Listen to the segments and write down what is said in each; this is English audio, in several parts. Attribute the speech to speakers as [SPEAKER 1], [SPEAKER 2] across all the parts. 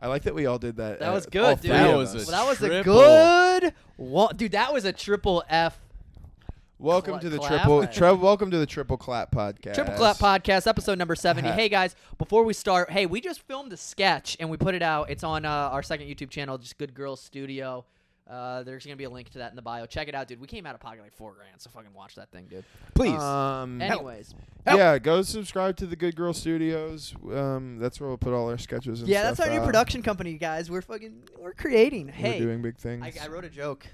[SPEAKER 1] I like that we all did that.
[SPEAKER 2] That
[SPEAKER 1] uh,
[SPEAKER 2] was good,
[SPEAKER 1] all
[SPEAKER 2] dude.
[SPEAKER 1] three
[SPEAKER 2] That
[SPEAKER 1] of
[SPEAKER 3] was a
[SPEAKER 1] us.
[SPEAKER 2] Well, that was a
[SPEAKER 3] triple.
[SPEAKER 2] good one, dude. That was a triple F.
[SPEAKER 1] welcome
[SPEAKER 2] cla-
[SPEAKER 1] to the
[SPEAKER 2] clap.
[SPEAKER 1] triple. Tre- welcome to the triple clap podcast.
[SPEAKER 2] Triple Clap Podcast, episode number 70.
[SPEAKER 1] Ha-
[SPEAKER 2] Hey, guys, before we start, hey, we just filmed a sketch and we put it out. It's on uh, our second YouTube channel, just Good Girls Studio. Uh, there's going to be a link to that in the bio. Check it out, dude. We came out of pocket like four grand, so fucking watch that thing, dude.
[SPEAKER 3] Please.
[SPEAKER 1] Um,
[SPEAKER 2] Anyways.
[SPEAKER 1] yeah, go subscribe to the Good Girl Studios. Um, that's where we'll put all our sketches. And
[SPEAKER 2] Yeah, that's
[SPEAKER 1] stuff
[SPEAKER 2] our new
[SPEAKER 1] out.
[SPEAKER 2] production company, guys. We're fucking, we're creating.
[SPEAKER 1] We're
[SPEAKER 2] Hey,
[SPEAKER 1] doing big things.
[SPEAKER 2] I, I wrote a joke.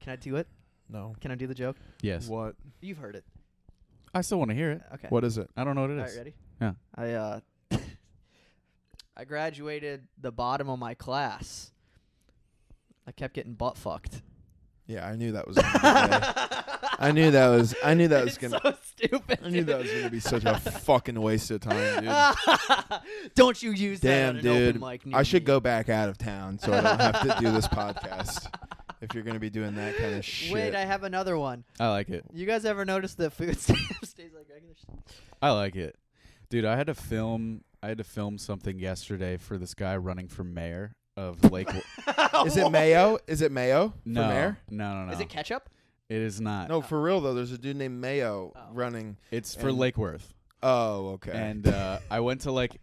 [SPEAKER 2] Can I do it?
[SPEAKER 3] no.
[SPEAKER 2] Can I do the joke?
[SPEAKER 3] Yes.
[SPEAKER 1] What?
[SPEAKER 2] You've heard it.
[SPEAKER 3] I still want to hear it.
[SPEAKER 2] Okay.
[SPEAKER 1] What is it?
[SPEAKER 3] I don't know what it
[SPEAKER 2] All
[SPEAKER 3] is.
[SPEAKER 2] right, ready?
[SPEAKER 3] Yeah.
[SPEAKER 2] I uh, I graduated the bottom of my class. I kept getting butt fucked.
[SPEAKER 1] Yeah, I knew that was. gonna be bad. I knew that was. I knew that was
[SPEAKER 2] It's
[SPEAKER 1] gonna.
[SPEAKER 2] so stupid.
[SPEAKER 1] I knew that was gonna be such a fucking waste of time, dude.
[SPEAKER 2] dude. Don't Ah, you use
[SPEAKER 1] Damn,
[SPEAKER 2] that on an
[SPEAKER 1] dude.
[SPEAKER 2] open mic? near
[SPEAKER 1] I should
[SPEAKER 2] me.
[SPEAKER 1] go back out of town so I don't have to do this podcast. If you're gonna be doing that kind of shit.
[SPEAKER 2] Wait, I have another one.
[SPEAKER 3] I like it.
[SPEAKER 2] You guys ever notice that food stamps stays like regular? Shit?
[SPEAKER 3] I like it. Dude, I had to film I had to film something yesterday for this guy running for mayor of Lake
[SPEAKER 1] is it Mayo? Is it Mayo
[SPEAKER 3] Oh. No.
[SPEAKER 1] for mayor?
[SPEAKER 3] No, no, no.
[SPEAKER 2] Is it ketchup?
[SPEAKER 3] it is not.
[SPEAKER 1] No, for real though. There's a dude named Mayo
[SPEAKER 2] Oh.
[SPEAKER 1] running.
[SPEAKER 3] It's for
[SPEAKER 1] And-
[SPEAKER 3] Lake Worth.
[SPEAKER 1] Oh, okay.
[SPEAKER 3] And uh, I went to like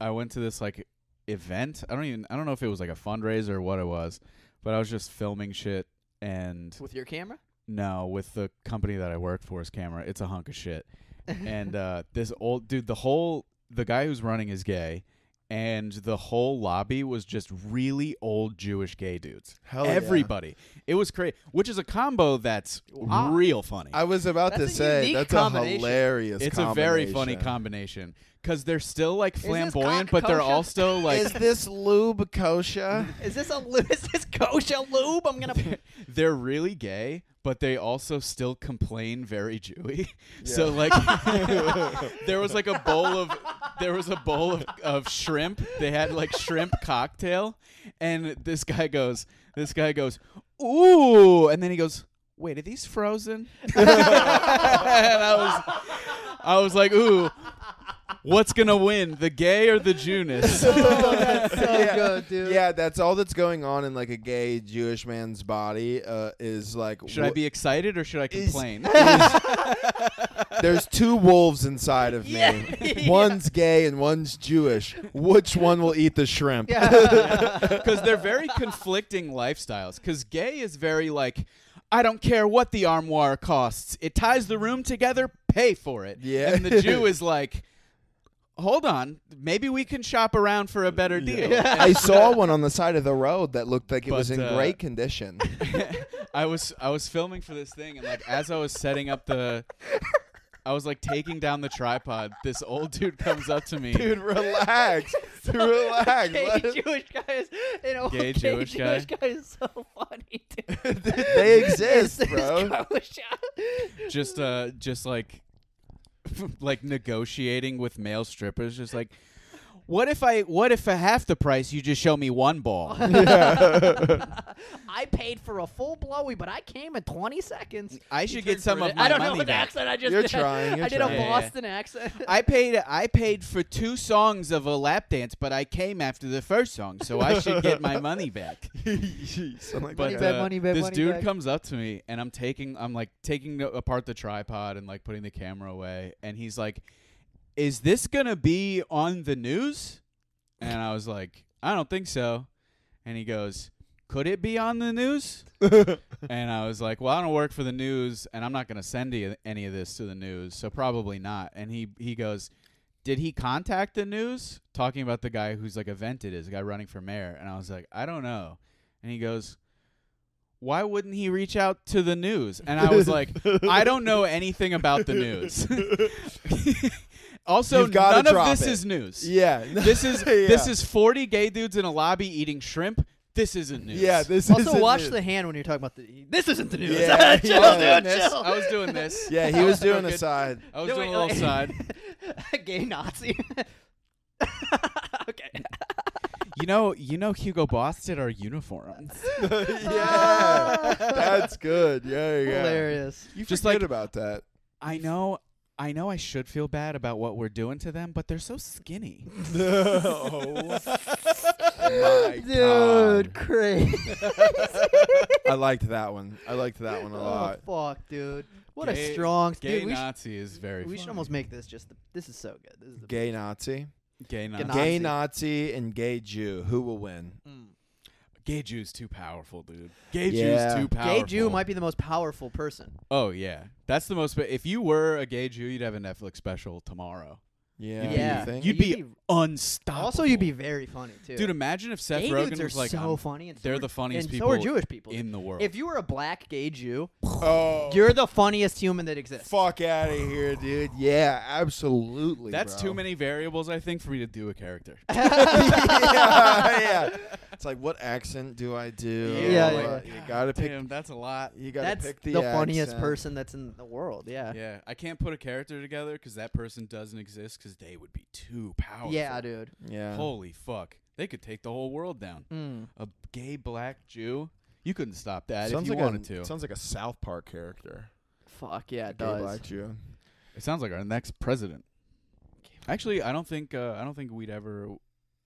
[SPEAKER 3] I went to this like event. I don't even I don't know if it was like a fundraiser or what it was, but I was just filming shit and
[SPEAKER 2] With your camera?
[SPEAKER 3] No, with the company that I work for's camera, it's a hunk of shit. and uh, this old dude, the whole the guy who's running is gay, and the whole lobby was just really old Jewish gay dudes.
[SPEAKER 1] Hell Oh, yeah.
[SPEAKER 3] Everybody, it was crazy, which is a combo that's
[SPEAKER 2] Wow.
[SPEAKER 3] real funny.
[SPEAKER 1] I was about
[SPEAKER 2] That's
[SPEAKER 1] to
[SPEAKER 2] a
[SPEAKER 1] say
[SPEAKER 2] unique
[SPEAKER 1] that's a
[SPEAKER 2] combination.
[SPEAKER 1] hilarious.
[SPEAKER 3] it's a very funny
[SPEAKER 1] combination.
[SPEAKER 3] combination because they're still like
[SPEAKER 2] this
[SPEAKER 3] flamboyant,
[SPEAKER 2] cock
[SPEAKER 3] but they're
[SPEAKER 2] kosher?
[SPEAKER 3] also like
[SPEAKER 1] is this lube kosher?
[SPEAKER 2] Is this a lu- is this kosher lube? I'm gonna.
[SPEAKER 3] they're really gay, but they also still complain very Jewy. So like there was like a bowl of there was a bowl of, of shrimp. They had like shrimp cocktail and this guy goes this guy goes, "Ooh." And then he goes, "Wait, are these frozen?" and I was I was like, "Ooh, what's going to win, the gay or the Junis?"
[SPEAKER 2] that's so
[SPEAKER 1] yeah.
[SPEAKER 2] good, dude.
[SPEAKER 1] Yeah, that's all that's going on in like a gay Jewish man's body. Uh, is like
[SPEAKER 3] Should I be excited or should I
[SPEAKER 1] Is-
[SPEAKER 3] complain?
[SPEAKER 1] There's two wolves inside of me.
[SPEAKER 2] Yeah.
[SPEAKER 1] One's gay and one's Jewish. Which one will eat the shrimp?
[SPEAKER 3] because they're very conflicting lifestyles. Because gay is very like, I don't care what the armoire costs. It ties the room together. Pay for it.
[SPEAKER 1] Yeah.
[SPEAKER 3] And the Jew is like, hold on, maybe we can shop around for a better deal.
[SPEAKER 1] I saw one on the side of the road that looked like it was
[SPEAKER 3] But,
[SPEAKER 1] in
[SPEAKER 3] uh,
[SPEAKER 1] great condition.
[SPEAKER 3] I was I was filming for this thing, and like as I was setting up the. I was like taking down the tripod. This old dude comes up to me.
[SPEAKER 1] Dude, relax. relax.
[SPEAKER 2] Gay
[SPEAKER 1] Let it-
[SPEAKER 2] Jewish guys. You know,
[SPEAKER 3] Gay Jewish guy.
[SPEAKER 2] Jewish guy is so funny, dude.
[SPEAKER 1] they exist,
[SPEAKER 2] This is
[SPEAKER 1] bro.
[SPEAKER 2] kosher.
[SPEAKER 3] just uh just like like negotiating with male strippers just like what if i what if for half the price you just show me one ball
[SPEAKER 2] I paid for a full blowy, but I came in 20 seconds.
[SPEAKER 3] i
[SPEAKER 2] You
[SPEAKER 3] should
[SPEAKER 2] turned
[SPEAKER 3] get some
[SPEAKER 2] for
[SPEAKER 3] of
[SPEAKER 2] it.
[SPEAKER 3] my
[SPEAKER 2] I don't know
[SPEAKER 3] money
[SPEAKER 2] what
[SPEAKER 3] back
[SPEAKER 2] accent I just
[SPEAKER 1] You're
[SPEAKER 2] did.
[SPEAKER 1] trying, you're
[SPEAKER 2] I did
[SPEAKER 1] trying.
[SPEAKER 2] a
[SPEAKER 3] Yeah, yeah.
[SPEAKER 2] Boston accent.
[SPEAKER 3] I paid I paid for two songs of a lap dance, but I came after the first song, so I should get my money back.
[SPEAKER 1] Something like
[SPEAKER 3] But
[SPEAKER 1] that.
[SPEAKER 2] back,
[SPEAKER 3] uh,
[SPEAKER 2] money back,
[SPEAKER 3] this
[SPEAKER 2] money
[SPEAKER 3] dude
[SPEAKER 2] back.
[SPEAKER 3] comes up to me, and I'm taking I'm like taking apart the tripod and like putting the camera away, and he's like, "Is this gonna be on the news?" And I was like, "I don't think so." And he goes, "Could it be on the news?" and I was like, "Well, I don't work for the news, and I'm not gonna send you any of this to the news, so probably not." And he he goes. Did he contact the news? Talking about the guy who's like a vented is, the guy running for mayor. And I was like, I don't know. And he goes, why wouldn't he reach out to the news? And I was like, I don't know anything about the news.
[SPEAKER 1] uh,
[SPEAKER 3] also,
[SPEAKER 1] You've gotta
[SPEAKER 3] none of
[SPEAKER 1] drop
[SPEAKER 3] this
[SPEAKER 1] it.
[SPEAKER 3] is news.
[SPEAKER 1] yeah.
[SPEAKER 3] This is
[SPEAKER 1] Yeah.
[SPEAKER 3] this is 40 gay dudes in a lobby eating shrimp. This isn't news.
[SPEAKER 1] Yeah, this is
[SPEAKER 2] also,
[SPEAKER 1] in
[SPEAKER 2] watch
[SPEAKER 1] it.
[SPEAKER 2] the hand when you're talking about the. This isn't the news.
[SPEAKER 1] Yeah,
[SPEAKER 2] chill,
[SPEAKER 1] yeah.
[SPEAKER 2] dude,
[SPEAKER 3] This-
[SPEAKER 2] chill.
[SPEAKER 3] I was doing this.
[SPEAKER 1] Yeah,
[SPEAKER 3] I
[SPEAKER 1] he was doing
[SPEAKER 3] doing
[SPEAKER 1] a
[SPEAKER 3] good-
[SPEAKER 1] side.
[SPEAKER 3] I was
[SPEAKER 2] No,
[SPEAKER 3] doing
[SPEAKER 2] wait, oh,
[SPEAKER 3] a little
[SPEAKER 2] wait.
[SPEAKER 3] side.
[SPEAKER 2] Gay Nazi. okay.
[SPEAKER 3] You know, you know, Hugo Boss did our uniforms.
[SPEAKER 1] yeah. That's good. Yeah, yeah.
[SPEAKER 2] Hilarious.
[SPEAKER 1] You
[SPEAKER 3] Just
[SPEAKER 1] just
[SPEAKER 3] like-
[SPEAKER 1] like about that.
[SPEAKER 3] I know, I know, I should feel bad about what we're doing to them, but they're so skinny.
[SPEAKER 1] No. Oh my
[SPEAKER 2] dude,
[SPEAKER 1] God.
[SPEAKER 2] crazy.
[SPEAKER 1] I liked that one. I liked that one a lot.
[SPEAKER 2] Oh, fuck, dude. What
[SPEAKER 3] Gay-
[SPEAKER 2] a strong
[SPEAKER 3] Gay
[SPEAKER 2] dude. We, sh-
[SPEAKER 3] Nazi is very.
[SPEAKER 2] we should
[SPEAKER 3] funny.
[SPEAKER 2] almost make this just. The, this is so good. This is the
[SPEAKER 1] Gay Nazi,
[SPEAKER 3] gay Nazi.
[SPEAKER 2] Nazi.
[SPEAKER 1] gay Nazi, and gay Jew. Who will win?
[SPEAKER 3] Hmm.
[SPEAKER 2] Mm.
[SPEAKER 3] Gay Jew's too powerful, dude. Gay Jew's
[SPEAKER 1] Yeah.
[SPEAKER 3] too powerful.
[SPEAKER 2] Gay Jew might be the most powerful person.
[SPEAKER 3] Oh yeah, that's the most. If you were a gay Jew, you'd have a Netflix special tomorrow.
[SPEAKER 1] Yeah.
[SPEAKER 3] You'd
[SPEAKER 1] you
[SPEAKER 2] Yeah.
[SPEAKER 1] think?
[SPEAKER 3] You'd, be,
[SPEAKER 2] You'd be-
[SPEAKER 3] unstoppable.
[SPEAKER 2] Also, you'd be very funny too.
[SPEAKER 3] dude. Imagine if Seth
[SPEAKER 2] gay
[SPEAKER 3] Rogen
[SPEAKER 2] dudes are
[SPEAKER 3] was like,
[SPEAKER 2] so
[SPEAKER 3] "I'm
[SPEAKER 2] funny. And so
[SPEAKER 3] they're
[SPEAKER 2] are-
[SPEAKER 3] the funniest
[SPEAKER 2] and so are
[SPEAKER 3] people
[SPEAKER 2] Jewish people.
[SPEAKER 3] in the world."
[SPEAKER 2] if you were a black gay Jew,
[SPEAKER 1] oh,
[SPEAKER 2] you're the funniest human that exists.
[SPEAKER 1] fuck out of here, dude. Yeah, absolutely.
[SPEAKER 3] that's
[SPEAKER 1] bro.
[SPEAKER 3] too many variables, I think, for me to do a character.
[SPEAKER 1] yeah, yeah. It's like, what accent do I do?
[SPEAKER 2] Yeah,
[SPEAKER 1] Like,
[SPEAKER 2] yeah.
[SPEAKER 1] You gotta pick.
[SPEAKER 3] Damn, that's a lot.
[SPEAKER 1] You gotta
[SPEAKER 2] That's
[SPEAKER 1] pick
[SPEAKER 2] the,
[SPEAKER 1] the,
[SPEAKER 2] funniest
[SPEAKER 1] accent.
[SPEAKER 2] person that's in the world. Yeah.
[SPEAKER 3] Yeah, I can't put a character together because that person doesn't exist because they would be too powerful.
[SPEAKER 2] Yeah, dude.
[SPEAKER 1] Yeah.
[SPEAKER 3] Holy fuck, they could take the whole world down.
[SPEAKER 2] Mm.
[SPEAKER 3] A gay black Jew, you couldn't stop that
[SPEAKER 1] sounds
[SPEAKER 3] if you
[SPEAKER 1] like
[SPEAKER 3] wanted
[SPEAKER 1] a,
[SPEAKER 3] to.
[SPEAKER 1] Sounds like a South Park character.
[SPEAKER 2] Fuck yeah, it
[SPEAKER 1] Gay
[SPEAKER 2] does.
[SPEAKER 1] black Jew.
[SPEAKER 3] It sounds like our next president. Actually, I don't think uh, I don't think we'd ever.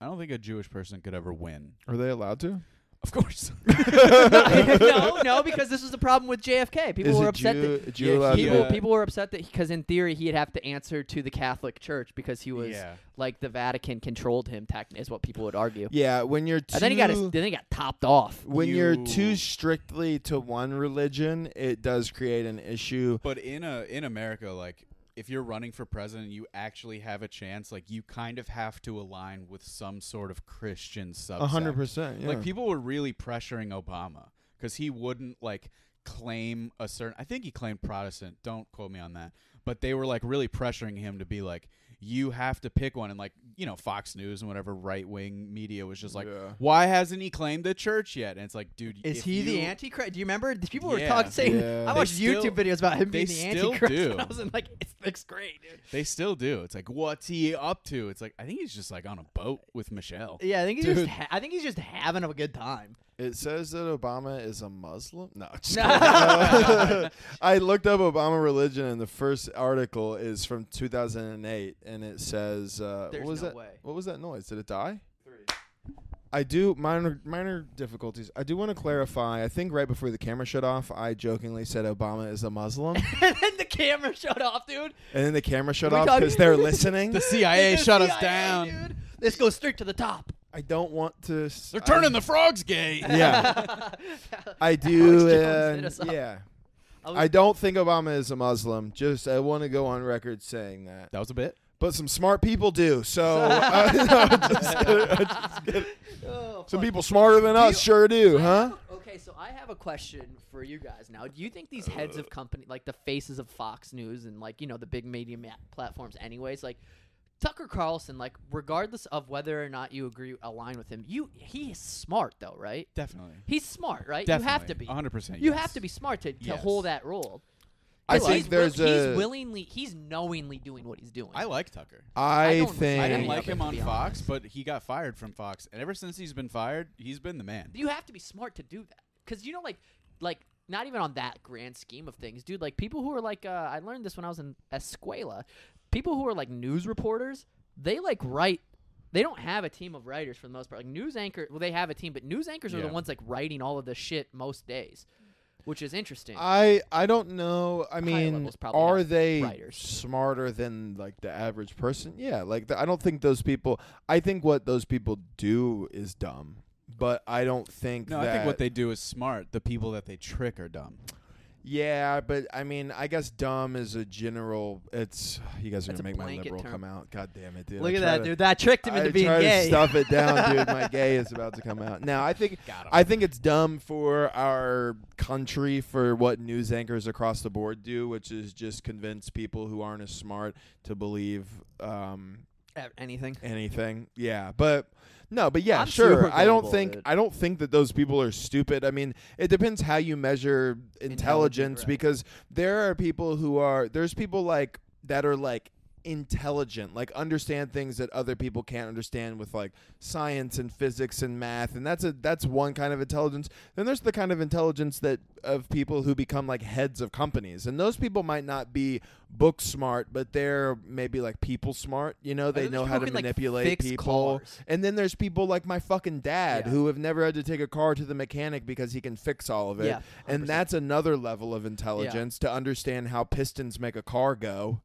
[SPEAKER 3] I don't think a Jewish person could ever win.
[SPEAKER 1] Are they allowed to?
[SPEAKER 3] Of course.
[SPEAKER 2] no, no, because this was the problem with JFK. People
[SPEAKER 1] Is
[SPEAKER 2] were
[SPEAKER 1] a
[SPEAKER 2] upset
[SPEAKER 1] Jew,
[SPEAKER 2] that
[SPEAKER 1] a Jew allowed
[SPEAKER 2] people
[SPEAKER 1] to?
[SPEAKER 3] Yeah.
[SPEAKER 2] people were upset that because in theory he'd have to answer to the Catholic Church because he was
[SPEAKER 3] Yeah.
[SPEAKER 2] like the Vatican controlled him. Tech is what people would argue.
[SPEAKER 1] Yeah, when you're too,
[SPEAKER 2] And then he got his, then he got topped off.
[SPEAKER 1] when you... are
[SPEAKER 3] You-
[SPEAKER 1] too strictly to one religion, it does create an issue.
[SPEAKER 3] but in a in America, like if you're running for president, you actually have a chance. Like you kind of have to align with some sort of Christian subsect.
[SPEAKER 1] A hundred percent.
[SPEAKER 3] Like
[SPEAKER 1] yeah.
[SPEAKER 3] people were really pressuring Obama because he wouldn't like claim a certain. I think he claimed Protestant. Don't quote me on that. But they were like really pressuring him to be like, you have to pick one. And like you know, Fox News and whatever right wing media was just like,
[SPEAKER 1] Yeah.
[SPEAKER 3] why hasn't he claimed the church yet? And it's like, dude,
[SPEAKER 2] Is
[SPEAKER 3] if
[SPEAKER 2] he the
[SPEAKER 3] you-
[SPEAKER 2] Antichrist? Do you remember? These People were
[SPEAKER 3] Yeah.
[SPEAKER 2] talking saying
[SPEAKER 1] Yeah.
[SPEAKER 2] I
[SPEAKER 1] They
[SPEAKER 2] watched
[SPEAKER 3] still-
[SPEAKER 2] YouTube videos about him being
[SPEAKER 3] they
[SPEAKER 2] the
[SPEAKER 3] still
[SPEAKER 2] Antichrist.
[SPEAKER 3] do.
[SPEAKER 2] And I was in like, it's sixth grade, dude.
[SPEAKER 3] They still do. It's like, what's he up to? It's like, I think he's just like on a boat with Michelle.
[SPEAKER 2] Yeah, I think he's
[SPEAKER 1] Dude.
[SPEAKER 2] just ha- I think he's just having a good time.
[SPEAKER 1] It says that Obama is a Muslim. No, just kidding. I looked up Obama religion, and the first article is from 2008, and it says, uh,
[SPEAKER 2] There's
[SPEAKER 1] "What was
[SPEAKER 2] no
[SPEAKER 1] that?
[SPEAKER 2] way.
[SPEAKER 1] What was that noise? Did it die?" I do minor minor difficulties. I do want to clarify. I think right before the camera shut off, I jokingly said Obama is a Muslim, and
[SPEAKER 2] and then the camera shut off, dude.
[SPEAKER 1] then the camera shut
[SPEAKER 2] We
[SPEAKER 1] off
[SPEAKER 2] thought-
[SPEAKER 1] because they're listening.
[SPEAKER 3] The CIA shut us
[SPEAKER 2] CIA,
[SPEAKER 3] down.
[SPEAKER 2] dude. This goes straight to the top.
[SPEAKER 1] I don't want to. s-
[SPEAKER 3] They're turning
[SPEAKER 1] I,
[SPEAKER 3] the frogs gay.
[SPEAKER 1] Yeah, I
[SPEAKER 2] Alex
[SPEAKER 1] do.
[SPEAKER 2] Jones hit
[SPEAKER 1] and-
[SPEAKER 2] us up.
[SPEAKER 1] yeah,
[SPEAKER 2] I was-
[SPEAKER 1] I don't think Obama is a Muslim. Just I want to go on record saying that.
[SPEAKER 3] That was a bit.
[SPEAKER 1] But some smart people do. So uh, no, I'm just kidding. I'm just kidding.
[SPEAKER 2] Oh,
[SPEAKER 1] some
[SPEAKER 2] fuck.
[SPEAKER 1] people smarter than us
[SPEAKER 2] you-
[SPEAKER 1] sure do,
[SPEAKER 2] I
[SPEAKER 1] huh?
[SPEAKER 2] have a- Okay, so I have a question for you guys now. Do you think these heads of company, like the faces of Fox News and like you know the big media ma- platforms, anyways, like Tucker Carlson, like regardless of whether or not you agree align with him, you he is smart though, right?
[SPEAKER 3] Definitely.
[SPEAKER 2] He's smart, right?
[SPEAKER 3] Definitely.
[SPEAKER 2] You have to be.
[SPEAKER 3] 100%.
[SPEAKER 2] You
[SPEAKER 3] yes.
[SPEAKER 2] have to be smart to, to
[SPEAKER 3] Yes.
[SPEAKER 2] hold that role.
[SPEAKER 1] I
[SPEAKER 2] He's
[SPEAKER 1] think
[SPEAKER 2] will-
[SPEAKER 1] there's a.
[SPEAKER 2] he's willingly he's knowingly doing what he's doing.
[SPEAKER 3] I like Tucker.
[SPEAKER 2] I
[SPEAKER 1] I
[SPEAKER 2] don't-
[SPEAKER 1] think
[SPEAKER 3] I didn't
[SPEAKER 2] Yeah.
[SPEAKER 3] like him
[SPEAKER 2] To
[SPEAKER 3] on
[SPEAKER 2] be
[SPEAKER 3] Fox,
[SPEAKER 2] honest.
[SPEAKER 3] but he got fired from Fox, and ever since he's been fired, he's been the man.
[SPEAKER 2] you have to be smart to do that because you know like like not even on that grand scheme of things dude like people who are like uh, i learned this when i was in escuela people who are like news reporters they like write they don't have a team of writers for the most part like news anchor well they have a team but news anchors are the
[SPEAKER 3] Yeah.
[SPEAKER 2] ones like writing all of the shit most days which is interesting
[SPEAKER 1] I I don't know. I mean,
[SPEAKER 2] level's probably
[SPEAKER 1] are
[SPEAKER 2] not
[SPEAKER 1] they
[SPEAKER 2] writers.
[SPEAKER 1] smarter than like the average person? Yeah, like the, I don't think those people. I think what those people do is dumb, but I don't think.
[SPEAKER 3] No,
[SPEAKER 1] that,
[SPEAKER 3] I think what they do is smart. The people that they trick are dumb.
[SPEAKER 1] Yeah, but I mean, I guess dumb is a general. It's you guys are
[SPEAKER 2] That's a
[SPEAKER 1] gonna make my
[SPEAKER 2] blanket
[SPEAKER 1] liberal
[SPEAKER 2] term.
[SPEAKER 1] come out. God damn it, dude!
[SPEAKER 2] look
[SPEAKER 1] I
[SPEAKER 2] at
[SPEAKER 1] try
[SPEAKER 2] that
[SPEAKER 1] to-
[SPEAKER 2] dude that tricked him
[SPEAKER 1] I
[SPEAKER 2] into being
[SPEAKER 1] try
[SPEAKER 2] gay
[SPEAKER 1] to stuff it down, dude. My gay is about to come out. Now, I think
[SPEAKER 3] Got him.
[SPEAKER 1] I think it's dumb for our country for what news anchors across the board do, which is just convince people who aren't as smart to believe um,
[SPEAKER 2] Uh, anything
[SPEAKER 1] anything. Yeah, but no, but yeah,
[SPEAKER 2] I'm
[SPEAKER 1] sure.
[SPEAKER 2] super
[SPEAKER 1] I don't
[SPEAKER 2] gullible,
[SPEAKER 1] think
[SPEAKER 2] dude.
[SPEAKER 1] I don't think that those people are stupid. I mean, it depends how you measure intelligence
[SPEAKER 2] right.
[SPEAKER 1] because there are people who are there's people like that are like intelligent, like understand things that other people can't understand with like science and physics and math, and that's a that's one kind of intelligence. Then there's the kind of intelligence that of people who become like heads of companies, and those people might not be book smart, but they're maybe like people smart. You know, they
[SPEAKER 2] think there's
[SPEAKER 1] know how to
[SPEAKER 2] people who can, like,
[SPEAKER 1] manipulate
[SPEAKER 2] fix
[SPEAKER 1] people.
[SPEAKER 2] cars.
[SPEAKER 1] And then there's people like my fucking dad
[SPEAKER 2] Yeah.
[SPEAKER 1] who have never had to take a car to the mechanic because he can fix all of it.
[SPEAKER 2] Yeah,
[SPEAKER 1] and
[SPEAKER 2] 100%.
[SPEAKER 1] that's another level of intelligence to understand how pistons make a car go.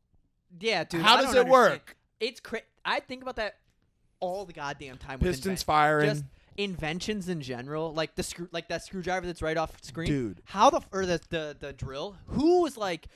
[SPEAKER 2] Yeah, dude.
[SPEAKER 1] How
[SPEAKER 2] I
[SPEAKER 1] does
[SPEAKER 2] don't
[SPEAKER 1] it work?
[SPEAKER 2] understand. It's cra- I think about that all the goddamn time. With
[SPEAKER 1] Pistons
[SPEAKER 2] inven-
[SPEAKER 1] firing.
[SPEAKER 2] Just inventions in general, like the screw, like that screwdriver that's right off screen.
[SPEAKER 1] Dude.
[SPEAKER 2] how the f- or the the, the drill? Who was like,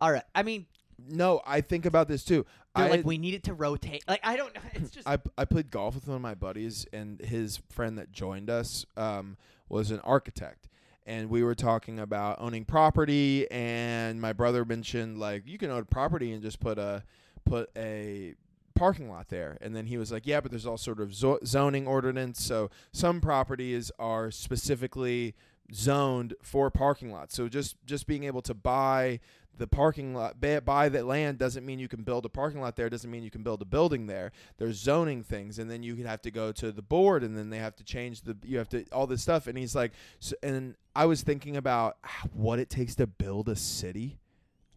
[SPEAKER 2] all right? I mean,
[SPEAKER 1] no, I think about this too.
[SPEAKER 2] they're
[SPEAKER 1] I,
[SPEAKER 2] like, we need it to rotate. Like, I don't. know. It's just
[SPEAKER 1] I I played golf with one of my buddies, and his friend that joined us um, was an architect, and we were talking about owning property. And my brother mentioned like you can own property and just put a put a parking lot there. And then he was like, yeah, but there's all sort of zo- zoning ordinance, so some properties are specifically zoned for parking lots. So just just being able to buy the parking lot buy, buy that land doesn't mean you can build a parking lot there doesn't mean you can build a building there there's zoning things and then you could have to go to the board and then they have to change the you have to all this stuff and he's like so, and i was thinking about ah, what it takes to build a city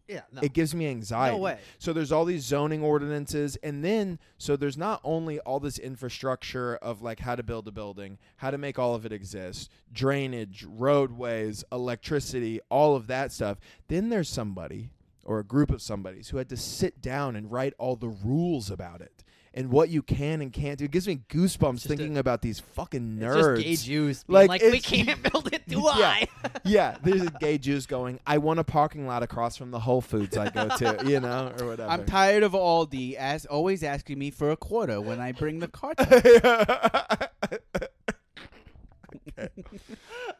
[SPEAKER 2] yeah. No.
[SPEAKER 1] it gives me anxiety.
[SPEAKER 2] way.
[SPEAKER 1] So there's all these zoning ordinances, and then so there's not only all this infrastructure of like how to build a building, how to make all of it exist, drainage, roadways, electricity, all of that stuff. Then there's somebody or a group of somebody's who had to sit down and write all the rules about it and what you can and can't do. It gives me goosebumps
[SPEAKER 2] just a-
[SPEAKER 1] thinking about these fucking
[SPEAKER 2] It's
[SPEAKER 1] nerds.
[SPEAKER 2] just gay Jews being
[SPEAKER 1] Like,
[SPEAKER 2] like, we
[SPEAKER 1] it's-
[SPEAKER 2] can't build it, do
[SPEAKER 1] Yeah.
[SPEAKER 2] I?
[SPEAKER 1] yeah, there's a gay Jews going. I want a parking lot across from the Whole Foods I go to, you know, or whatever.
[SPEAKER 3] I'm tired of Aldi as always asking me for a quarter when I bring the cart. up.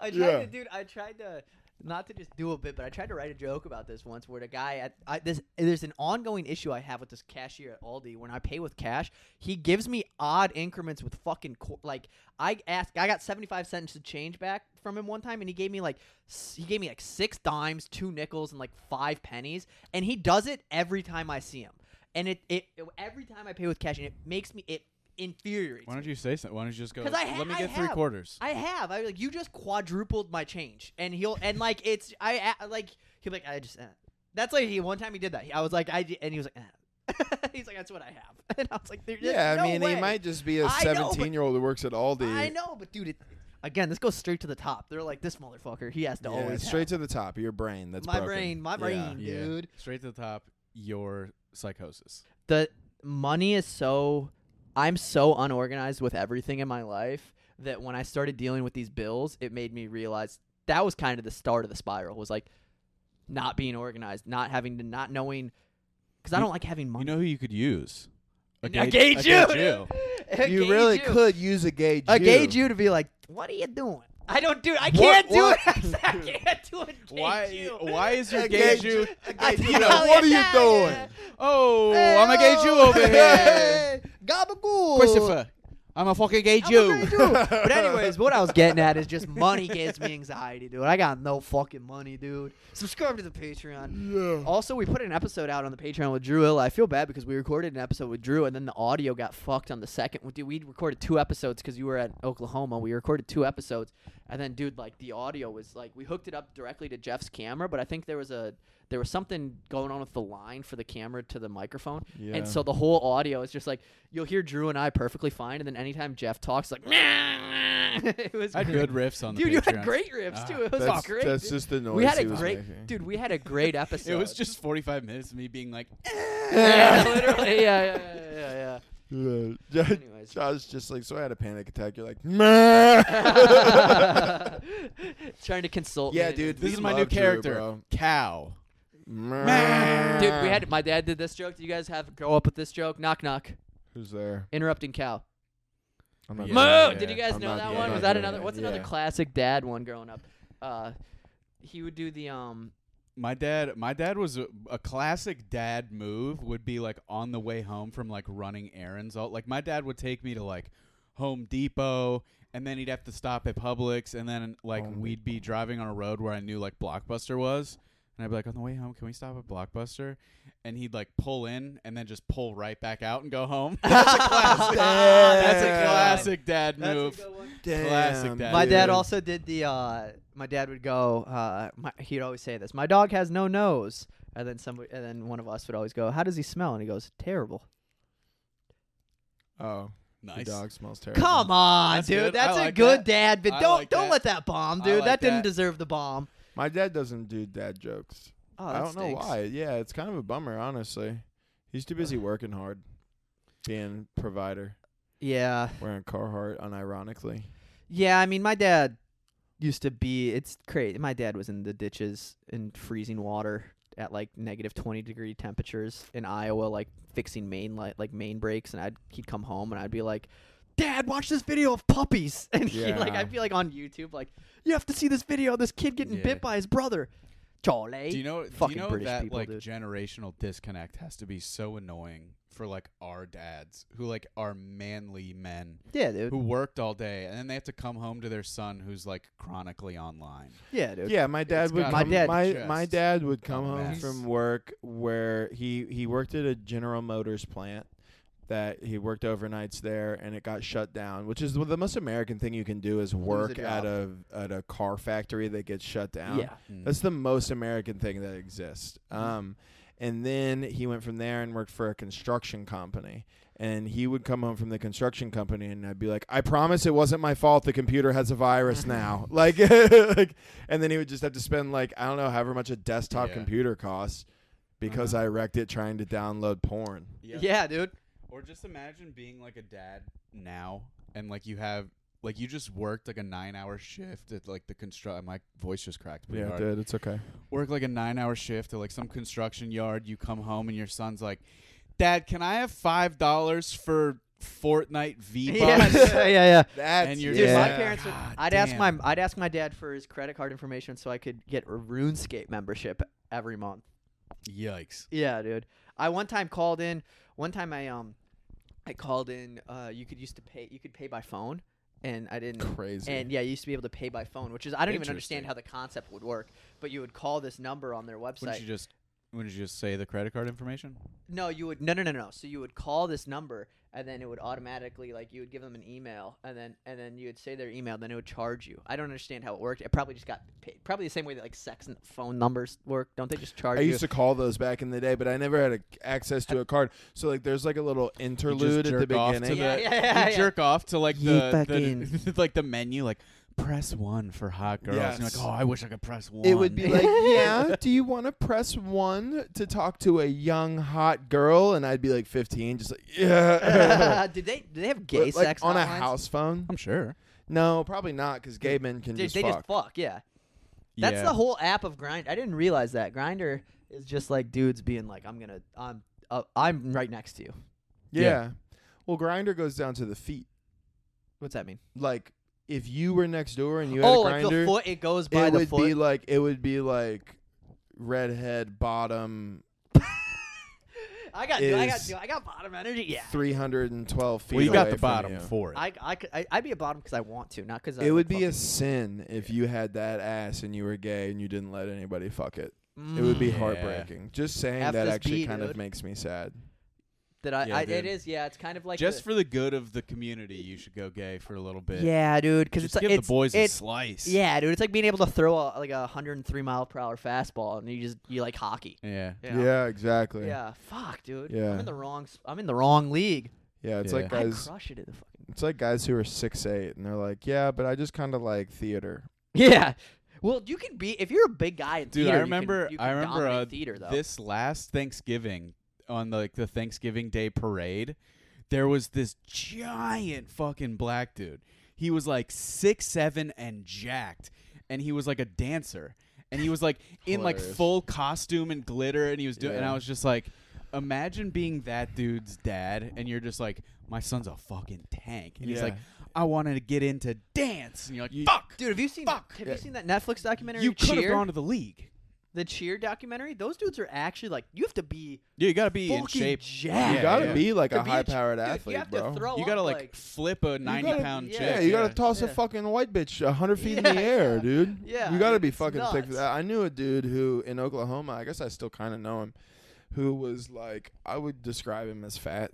[SPEAKER 2] I tried
[SPEAKER 1] Yeah.
[SPEAKER 2] to, dude. I tried to not to just do a bit, but I tried to write a joke about this once, where the guy at I, this there's an ongoing issue I have with this cashier at Aldi. When I pay with cash, he gives me odd increments with fucking qu- like I asked. I got seventy five cents of change back from him one time, and he gave me like s- he gave me like six dimes, two nickels, and like five pennies, and he does it every time I see him. And it, it, every time I pay with cash, and it makes me it infuriates.
[SPEAKER 3] Why
[SPEAKER 2] me.
[SPEAKER 3] don't you say something? Why don't you just go?
[SPEAKER 2] 'Cause I ha-
[SPEAKER 3] Let me
[SPEAKER 2] I
[SPEAKER 3] get three
[SPEAKER 2] have.
[SPEAKER 3] quarters.
[SPEAKER 2] I have. I like you just quadrupled my change, and he'll and like it's I I- like he'll be like I just. Uh. That's like he one time he did that. I was like I di- and he was like. eh. He's like, that's what I have, and I was like, "There- there's
[SPEAKER 1] yeah, I
[SPEAKER 2] no
[SPEAKER 1] mean,
[SPEAKER 2] way."
[SPEAKER 1] he might just be a
[SPEAKER 2] I know, but-
[SPEAKER 1] 17 year old who works at Aldi.
[SPEAKER 2] I know, but dude, it, again, this goes straight to the top. They're like, this motherfucker, he has to
[SPEAKER 1] Yeah,
[SPEAKER 2] always
[SPEAKER 1] straight to
[SPEAKER 2] have.
[SPEAKER 1] the top of your brain. That's
[SPEAKER 2] my
[SPEAKER 1] broken.
[SPEAKER 2] brain, my
[SPEAKER 1] Yeah.
[SPEAKER 2] brain, dude.
[SPEAKER 3] Straight to the top. Your psychosis.
[SPEAKER 2] the money is so I'm so unorganized with everything in my life that when I started dealing with these bills, it made me realize that was kind of the start of the spiral was like not being organized, not having to not knowing cuz I
[SPEAKER 3] You-
[SPEAKER 2] don't like having money.
[SPEAKER 3] You know who you could use?
[SPEAKER 2] A gay
[SPEAKER 3] A
[SPEAKER 2] Jew.
[SPEAKER 3] gay Jew.
[SPEAKER 2] A
[SPEAKER 1] You
[SPEAKER 2] gay
[SPEAKER 1] really
[SPEAKER 2] Jew.
[SPEAKER 1] could use a gay Jew.
[SPEAKER 2] a gay Jew to be like, "What are you doing?" I don't do I
[SPEAKER 1] What-
[SPEAKER 2] can't do
[SPEAKER 1] what-
[SPEAKER 2] it. I can't do a gay
[SPEAKER 3] Why?
[SPEAKER 2] Jew.
[SPEAKER 3] Why is your
[SPEAKER 1] A
[SPEAKER 3] gay,
[SPEAKER 1] gay
[SPEAKER 3] Jew?
[SPEAKER 1] Jew- a
[SPEAKER 2] I
[SPEAKER 1] gay Jew.
[SPEAKER 2] tell
[SPEAKER 1] Now, what are you
[SPEAKER 2] Italian.
[SPEAKER 1] doing?
[SPEAKER 3] Oh, I'm a gay Jew over here.
[SPEAKER 2] Hey, Gabagool.
[SPEAKER 3] oh. Christopher, I'm a fucking gay
[SPEAKER 2] I'm
[SPEAKER 3] Jew.
[SPEAKER 2] a gay Jew. but anyways, what I was getting at is just money gives me anxiety, dude. I got no fucking money, dude. Subscribe to the Patreon.
[SPEAKER 1] Yeah.
[SPEAKER 2] Also, we put an episode out on the Patreon with Drew Ill. I feel bad because we recorded an episode with Drew and then the audio got fucked on the second. one. Dude, we recorded two episodes because you were at Oklahoma. We recorded two episodes, and then dude, like the audio was like we hooked it up directly to Jeff's camera, but I think there was a there was something going on with the line for the camera to the microphone,
[SPEAKER 1] Yeah.
[SPEAKER 2] and so the whole audio is just like you'll hear Drew and I perfectly fine, and then anytime Jeff talks, like it was
[SPEAKER 3] I had
[SPEAKER 2] great.
[SPEAKER 3] good riffs on the
[SPEAKER 2] Dude, you had
[SPEAKER 3] Patreons.
[SPEAKER 2] great riffs
[SPEAKER 3] Ah.
[SPEAKER 2] too. It was
[SPEAKER 1] That's,
[SPEAKER 2] great.
[SPEAKER 1] that's
[SPEAKER 2] dude.
[SPEAKER 1] just the noise
[SPEAKER 2] we had a
[SPEAKER 1] he was
[SPEAKER 2] great
[SPEAKER 1] making.
[SPEAKER 2] dude. We had a great episode.
[SPEAKER 3] It was just 45 minutes of me being like, "Eh."
[SPEAKER 2] yeah, literally. Yeah, yeah, yeah, yeah.
[SPEAKER 1] Yeah. Jo-
[SPEAKER 2] yeah. Anyways.
[SPEAKER 1] Josh just like, so I had a panic attack. You're like, meh.
[SPEAKER 2] Trying to consult.
[SPEAKER 1] yeah,
[SPEAKER 2] me.
[SPEAKER 1] dude.
[SPEAKER 3] "This
[SPEAKER 1] we
[SPEAKER 3] is my new
[SPEAKER 1] love Drew,
[SPEAKER 3] character,
[SPEAKER 1] bro.
[SPEAKER 3] cow."
[SPEAKER 1] Meh.
[SPEAKER 2] Dude, we had my dad did this joke. Do you guys have grow up with this joke? Knock knock.
[SPEAKER 1] Who's there?
[SPEAKER 2] Interrupting cow.
[SPEAKER 1] I'm
[SPEAKER 3] Yeah.
[SPEAKER 2] Moo!
[SPEAKER 1] doing it.
[SPEAKER 2] Did you
[SPEAKER 3] Yeah.
[SPEAKER 2] guys
[SPEAKER 1] I'm
[SPEAKER 2] know
[SPEAKER 1] not
[SPEAKER 2] that
[SPEAKER 1] doing
[SPEAKER 2] one?
[SPEAKER 1] it.
[SPEAKER 2] Was that
[SPEAKER 1] Yeah.
[SPEAKER 2] another? What's another
[SPEAKER 1] Yeah.
[SPEAKER 2] classic dad one growing up? Uh, he would do the um.
[SPEAKER 3] My dad, my dad was a, a classic dad move. Would be like on the way home from like running errands. All like my dad would take me to like Home Depot, and then he'd have to stop at Publix, and then like
[SPEAKER 1] Home
[SPEAKER 3] we'd be driving on a road where I knew like Blockbuster was. And I'd be like, on the way home, can we stop at Blockbuster? And he'd like pull in and then just pull right back out and go home. That's a classic. That's a
[SPEAKER 1] Damn.
[SPEAKER 3] classic dad
[SPEAKER 2] That's a
[SPEAKER 3] move.
[SPEAKER 2] good one.
[SPEAKER 1] Damn,
[SPEAKER 3] Classic dad.
[SPEAKER 2] My dad
[SPEAKER 1] dude.
[SPEAKER 2] also did the. Uh, my dad would go. Uh, my, he'd always say this. My dog has no nose, and then somebody, and then one of us would always go, "How does he smell?" And he goes, "Terrible."
[SPEAKER 1] Oh,
[SPEAKER 3] nice.
[SPEAKER 1] the dog smells terrible.
[SPEAKER 2] Come on,
[SPEAKER 3] That's
[SPEAKER 2] dude.
[SPEAKER 3] good.
[SPEAKER 2] That's
[SPEAKER 3] I
[SPEAKER 2] a
[SPEAKER 3] like
[SPEAKER 2] good
[SPEAKER 3] that.
[SPEAKER 2] dad, but
[SPEAKER 3] I
[SPEAKER 2] don't
[SPEAKER 3] like
[SPEAKER 2] don't
[SPEAKER 3] that.
[SPEAKER 2] let that bomb,
[SPEAKER 3] I
[SPEAKER 2] dude.
[SPEAKER 3] like
[SPEAKER 2] that didn't
[SPEAKER 3] that.
[SPEAKER 2] deserve the bomb.
[SPEAKER 1] My dad doesn't do dad jokes.
[SPEAKER 2] Oh,
[SPEAKER 1] I
[SPEAKER 2] that
[SPEAKER 1] don't know
[SPEAKER 2] stinks.
[SPEAKER 1] why. Yeah, it's kind of a bummer, honestly. He's too busy working hard, being provider,
[SPEAKER 2] Yeah,
[SPEAKER 1] wearing Carhartt, unironically.
[SPEAKER 2] yeah. I mean, my dad used to be. It's crazy. My dad was in the ditches in freezing water at like negative twenty degree temperatures in Iowa, like fixing main light, like main breaks, and I'd he'd come home and I'd be like. Dad, watch this video of puppies, and he like
[SPEAKER 1] Yeah.
[SPEAKER 2] I'd be like on YouTube, like you have to see this video of this kid getting
[SPEAKER 3] Yeah.
[SPEAKER 2] bit by his brother. Charlie,
[SPEAKER 3] Do you know? Do you
[SPEAKER 2] Fucking
[SPEAKER 3] know
[SPEAKER 2] British
[SPEAKER 3] that
[SPEAKER 2] people,
[SPEAKER 3] like
[SPEAKER 2] dude.
[SPEAKER 3] generational disconnect has to be so annoying for like our dads who like are manly men
[SPEAKER 2] yeah, dude,
[SPEAKER 3] who worked all day and then they have to come home to their son who's like chronically online.
[SPEAKER 2] yeah, dude.
[SPEAKER 1] Yeah, my dad
[SPEAKER 3] It's
[SPEAKER 1] would.
[SPEAKER 3] gotta
[SPEAKER 1] Come,
[SPEAKER 2] My
[SPEAKER 1] my
[SPEAKER 2] be dad-
[SPEAKER 1] dad, my,
[SPEAKER 3] just
[SPEAKER 1] dad would
[SPEAKER 3] a
[SPEAKER 1] come home
[SPEAKER 3] mess.
[SPEAKER 1] from work where he he worked at a General Motors plant that he worked overnights there, and it got shut down. Which is the most American thing you can do is work at a at a car factory that gets shut down.
[SPEAKER 2] Yeah.
[SPEAKER 3] Mm.
[SPEAKER 1] That's the most American thing that exists.
[SPEAKER 3] Mm-hmm.
[SPEAKER 1] Um, and then he went from there and worked for a construction company. And he would come home from the construction company, and I'd be like, "I promise it wasn't my fault. The computer has a virus now." like, like, and then he would just have to spend like I don't know however much a desktop
[SPEAKER 3] Yeah. Uh-huh.
[SPEAKER 1] computer costs because I wrecked it trying to download porn.
[SPEAKER 2] Yeah, dude.
[SPEAKER 3] Or just imagine being like a dad now and like you have like you just worked like a nine hour shift at like the construct my voice just cracked pretty
[SPEAKER 1] Yeah,
[SPEAKER 3] hard.
[SPEAKER 1] dude, it's okay.
[SPEAKER 3] Work like a nine hour shift at like some construction yard, you come home and your son's like, Dad, can I have five dollars for Fortnite V
[SPEAKER 2] Yeah,
[SPEAKER 3] Bucks?
[SPEAKER 2] yeah, yeah.
[SPEAKER 1] That's
[SPEAKER 3] And you're
[SPEAKER 2] Dude,
[SPEAKER 3] Yeah.
[SPEAKER 2] my parents would.
[SPEAKER 3] God
[SPEAKER 2] I'd ask my
[SPEAKER 3] damn.
[SPEAKER 2] I'd ask my dad for his credit card information so I could get a RuneScape membership every month.
[SPEAKER 3] Yikes.
[SPEAKER 2] Yeah, dude. I one time called in. One time I um, I called in. Uh, you could used to pay. You could pay by phone, and I didn't.
[SPEAKER 1] crazy.
[SPEAKER 2] And yeah, you used to be able to pay by phone, which is I don't even understand
[SPEAKER 3] Interesting.
[SPEAKER 2] how the concept would work. But you would call this number on their
[SPEAKER 3] Wouldn't
[SPEAKER 2] website.
[SPEAKER 3] you just wouldn't you just say the credit card information?
[SPEAKER 2] No, you would no no no no. So you would call this number and then it would automatically like you would give them an email and then and then you would say their email, then it would charge you. I don't understand how it worked. It probably just got paid. Probably the same way that like sex and phone numbers work. Don't they just charge
[SPEAKER 1] I
[SPEAKER 2] you?
[SPEAKER 1] used to call those back in the day, but I never had a, access to a card. So like, there's like a little interlude at the
[SPEAKER 3] jerk off to
[SPEAKER 1] beginning.
[SPEAKER 3] the-
[SPEAKER 2] yeah, yeah, yeah,
[SPEAKER 3] you
[SPEAKER 2] yeah.
[SPEAKER 3] jerk off to like
[SPEAKER 2] You
[SPEAKER 3] the, the
[SPEAKER 2] fucking-
[SPEAKER 3] like the menu like press one for hot girls. And you're
[SPEAKER 1] Yes.
[SPEAKER 3] like, oh, I wish I could press one.
[SPEAKER 1] It would be like, yeah, do you want to press one to talk to a young hot girl? And I'd be like 15, just like, yeah.
[SPEAKER 2] did they did they have gay
[SPEAKER 1] But, like,
[SPEAKER 2] sex
[SPEAKER 1] on a
[SPEAKER 2] hotlines? Um,
[SPEAKER 1] house phone?
[SPEAKER 3] I'm sure.
[SPEAKER 1] No, probably not, because gay men can
[SPEAKER 2] Dude,
[SPEAKER 1] just
[SPEAKER 2] they
[SPEAKER 1] fuck.
[SPEAKER 2] just fuck, yeah. That's
[SPEAKER 3] Yeah.
[SPEAKER 2] the whole app of grind. I didn't realize that. Grinder is just like dudes being like, I'm gonna I'm uh, I'm right next to you.
[SPEAKER 1] yeah.
[SPEAKER 3] Yeah.
[SPEAKER 1] Well, grinder goes down to the feet.
[SPEAKER 2] What's that mean?
[SPEAKER 1] Like if you were next door and you had a
[SPEAKER 2] Oh, like
[SPEAKER 1] grinder,
[SPEAKER 2] the foot it goes by
[SPEAKER 1] it
[SPEAKER 2] the
[SPEAKER 1] would
[SPEAKER 2] foot.
[SPEAKER 1] be like it would be like redhead bottom
[SPEAKER 2] I got, dude, I got,
[SPEAKER 1] is-
[SPEAKER 2] dude, I got bottom energy. Yeah,
[SPEAKER 1] 312 feet.
[SPEAKER 3] Well, you got
[SPEAKER 1] away
[SPEAKER 3] the
[SPEAKER 1] from
[SPEAKER 3] bottom
[SPEAKER 1] you.
[SPEAKER 3] for it.
[SPEAKER 2] I, I, could- I, I'd be a bottom because I want to, not because
[SPEAKER 1] It would be a sin if you had that ass and you were gay and you didn't let anybody fuck it. It would be
[SPEAKER 3] Mm.
[SPEAKER 1] heartbreaking. Just saying
[SPEAKER 2] F
[SPEAKER 1] that
[SPEAKER 2] this
[SPEAKER 1] actually
[SPEAKER 2] beat,
[SPEAKER 1] kind
[SPEAKER 2] dude.
[SPEAKER 1] of makes me sad.
[SPEAKER 2] that I,
[SPEAKER 3] Yeah,
[SPEAKER 2] I
[SPEAKER 3] dude.
[SPEAKER 2] it is. Yeah, it's kind of like
[SPEAKER 3] Just
[SPEAKER 2] the-
[SPEAKER 3] for the good of the community, you should go gay for a little bit.
[SPEAKER 2] yeah, dude, because
[SPEAKER 3] Just
[SPEAKER 2] it's like
[SPEAKER 3] give
[SPEAKER 2] it's,
[SPEAKER 3] the boys a
[SPEAKER 2] it's
[SPEAKER 3] slice.
[SPEAKER 2] yeah, dude, it's like being able to throw a, like a hundred and three mile per hour fastball, and you just you like hockey.
[SPEAKER 3] Yeah.
[SPEAKER 1] Yeah, exactly. Yeah,
[SPEAKER 2] Yeah, fuck, dude. I'm
[SPEAKER 1] Yeah.
[SPEAKER 2] in the wrong. s- I'm in the wrong league.
[SPEAKER 1] it's
[SPEAKER 3] Yeah.
[SPEAKER 1] like
[SPEAKER 2] I
[SPEAKER 1] guys.
[SPEAKER 2] crush it in the fucking.
[SPEAKER 1] It's like guys who are six eight and they're like, yeah, but I just kind of like theater.
[SPEAKER 2] Yeah. Well, you can be if you're a big guy in
[SPEAKER 3] Dude,
[SPEAKER 2] theater.
[SPEAKER 3] I
[SPEAKER 2] you can-
[SPEAKER 3] remember.
[SPEAKER 2] you can
[SPEAKER 3] I remember
[SPEAKER 2] dominate
[SPEAKER 3] uh,
[SPEAKER 2] theater though.
[SPEAKER 3] this last Thanksgiving on like the Thanksgiving Day parade. There was this giant fucking black dude. He was like six seven and jacked, and he was like a dancer, and he was like in like
[SPEAKER 1] Hilarious.
[SPEAKER 3] full costume and glitter, and he was doing. And
[SPEAKER 1] Yeah.
[SPEAKER 3] I was just like, imagine being that dude's dad, and you're just like, my son's a fucking tank, and he's
[SPEAKER 1] Yeah.
[SPEAKER 3] like, I wanted to get into dance, and you're like, fuck,
[SPEAKER 2] dude, have you seen?
[SPEAKER 3] Fuck.
[SPEAKER 2] Have
[SPEAKER 1] Yeah.
[SPEAKER 2] you seen that Netflix documentary?
[SPEAKER 3] you could have
[SPEAKER 2] Cheer?
[SPEAKER 3] gone to the league.
[SPEAKER 2] the cheer documentary, those dudes are actually like you have to be
[SPEAKER 3] Yeah, you gotta be in
[SPEAKER 2] fucking
[SPEAKER 3] shape.
[SPEAKER 2] jacked.
[SPEAKER 1] you
[SPEAKER 3] Yeah,
[SPEAKER 1] gotta
[SPEAKER 3] yeah.
[SPEAKER 1] be like
[SPEAKER 2] To
[SPEAKER 1] a
[SPEAKER 2] be
[SPEAKER 1] high powered
[SPEAKER 2] dude,
[SPEAKER 1] athlete,
[SPEAKER 2] you have
[SPEAKER 1] bro.
[SPEAKER 2] To throw
[SPEAKER 3] You gotta
[SPEAKER 2] up,
[SPEAKER 3] like, flip a
[SPEAKER 1] gotta-
[SPEAKER 3] ninety pound
[SPEAKER 2] yeah,
[SPEAKER 3] chick.
[SPEAKER 1] Yeah, you gotta toss a
[SPEAKER 2] Yeah.
[SPEAKER 1] fucking white bitch a hundred feet in
[SPEAKER 2] Yeah,
[SPEAKER 1] the air,
[SPEAKER 2] yeah.
[SPEAKER 1] dude.
[SPEAKER 2] Yeah,
[SPEAKER 1] you gotta
[SPEAKER 2] it's
[SPEAKER 1] be fucking thick for
[SPEAKER 2] nuts.
[SPEAKER 1] that. I knew a dude who in Oklahoma, I guess I still kind of know him, who was like, I would describe him as fat,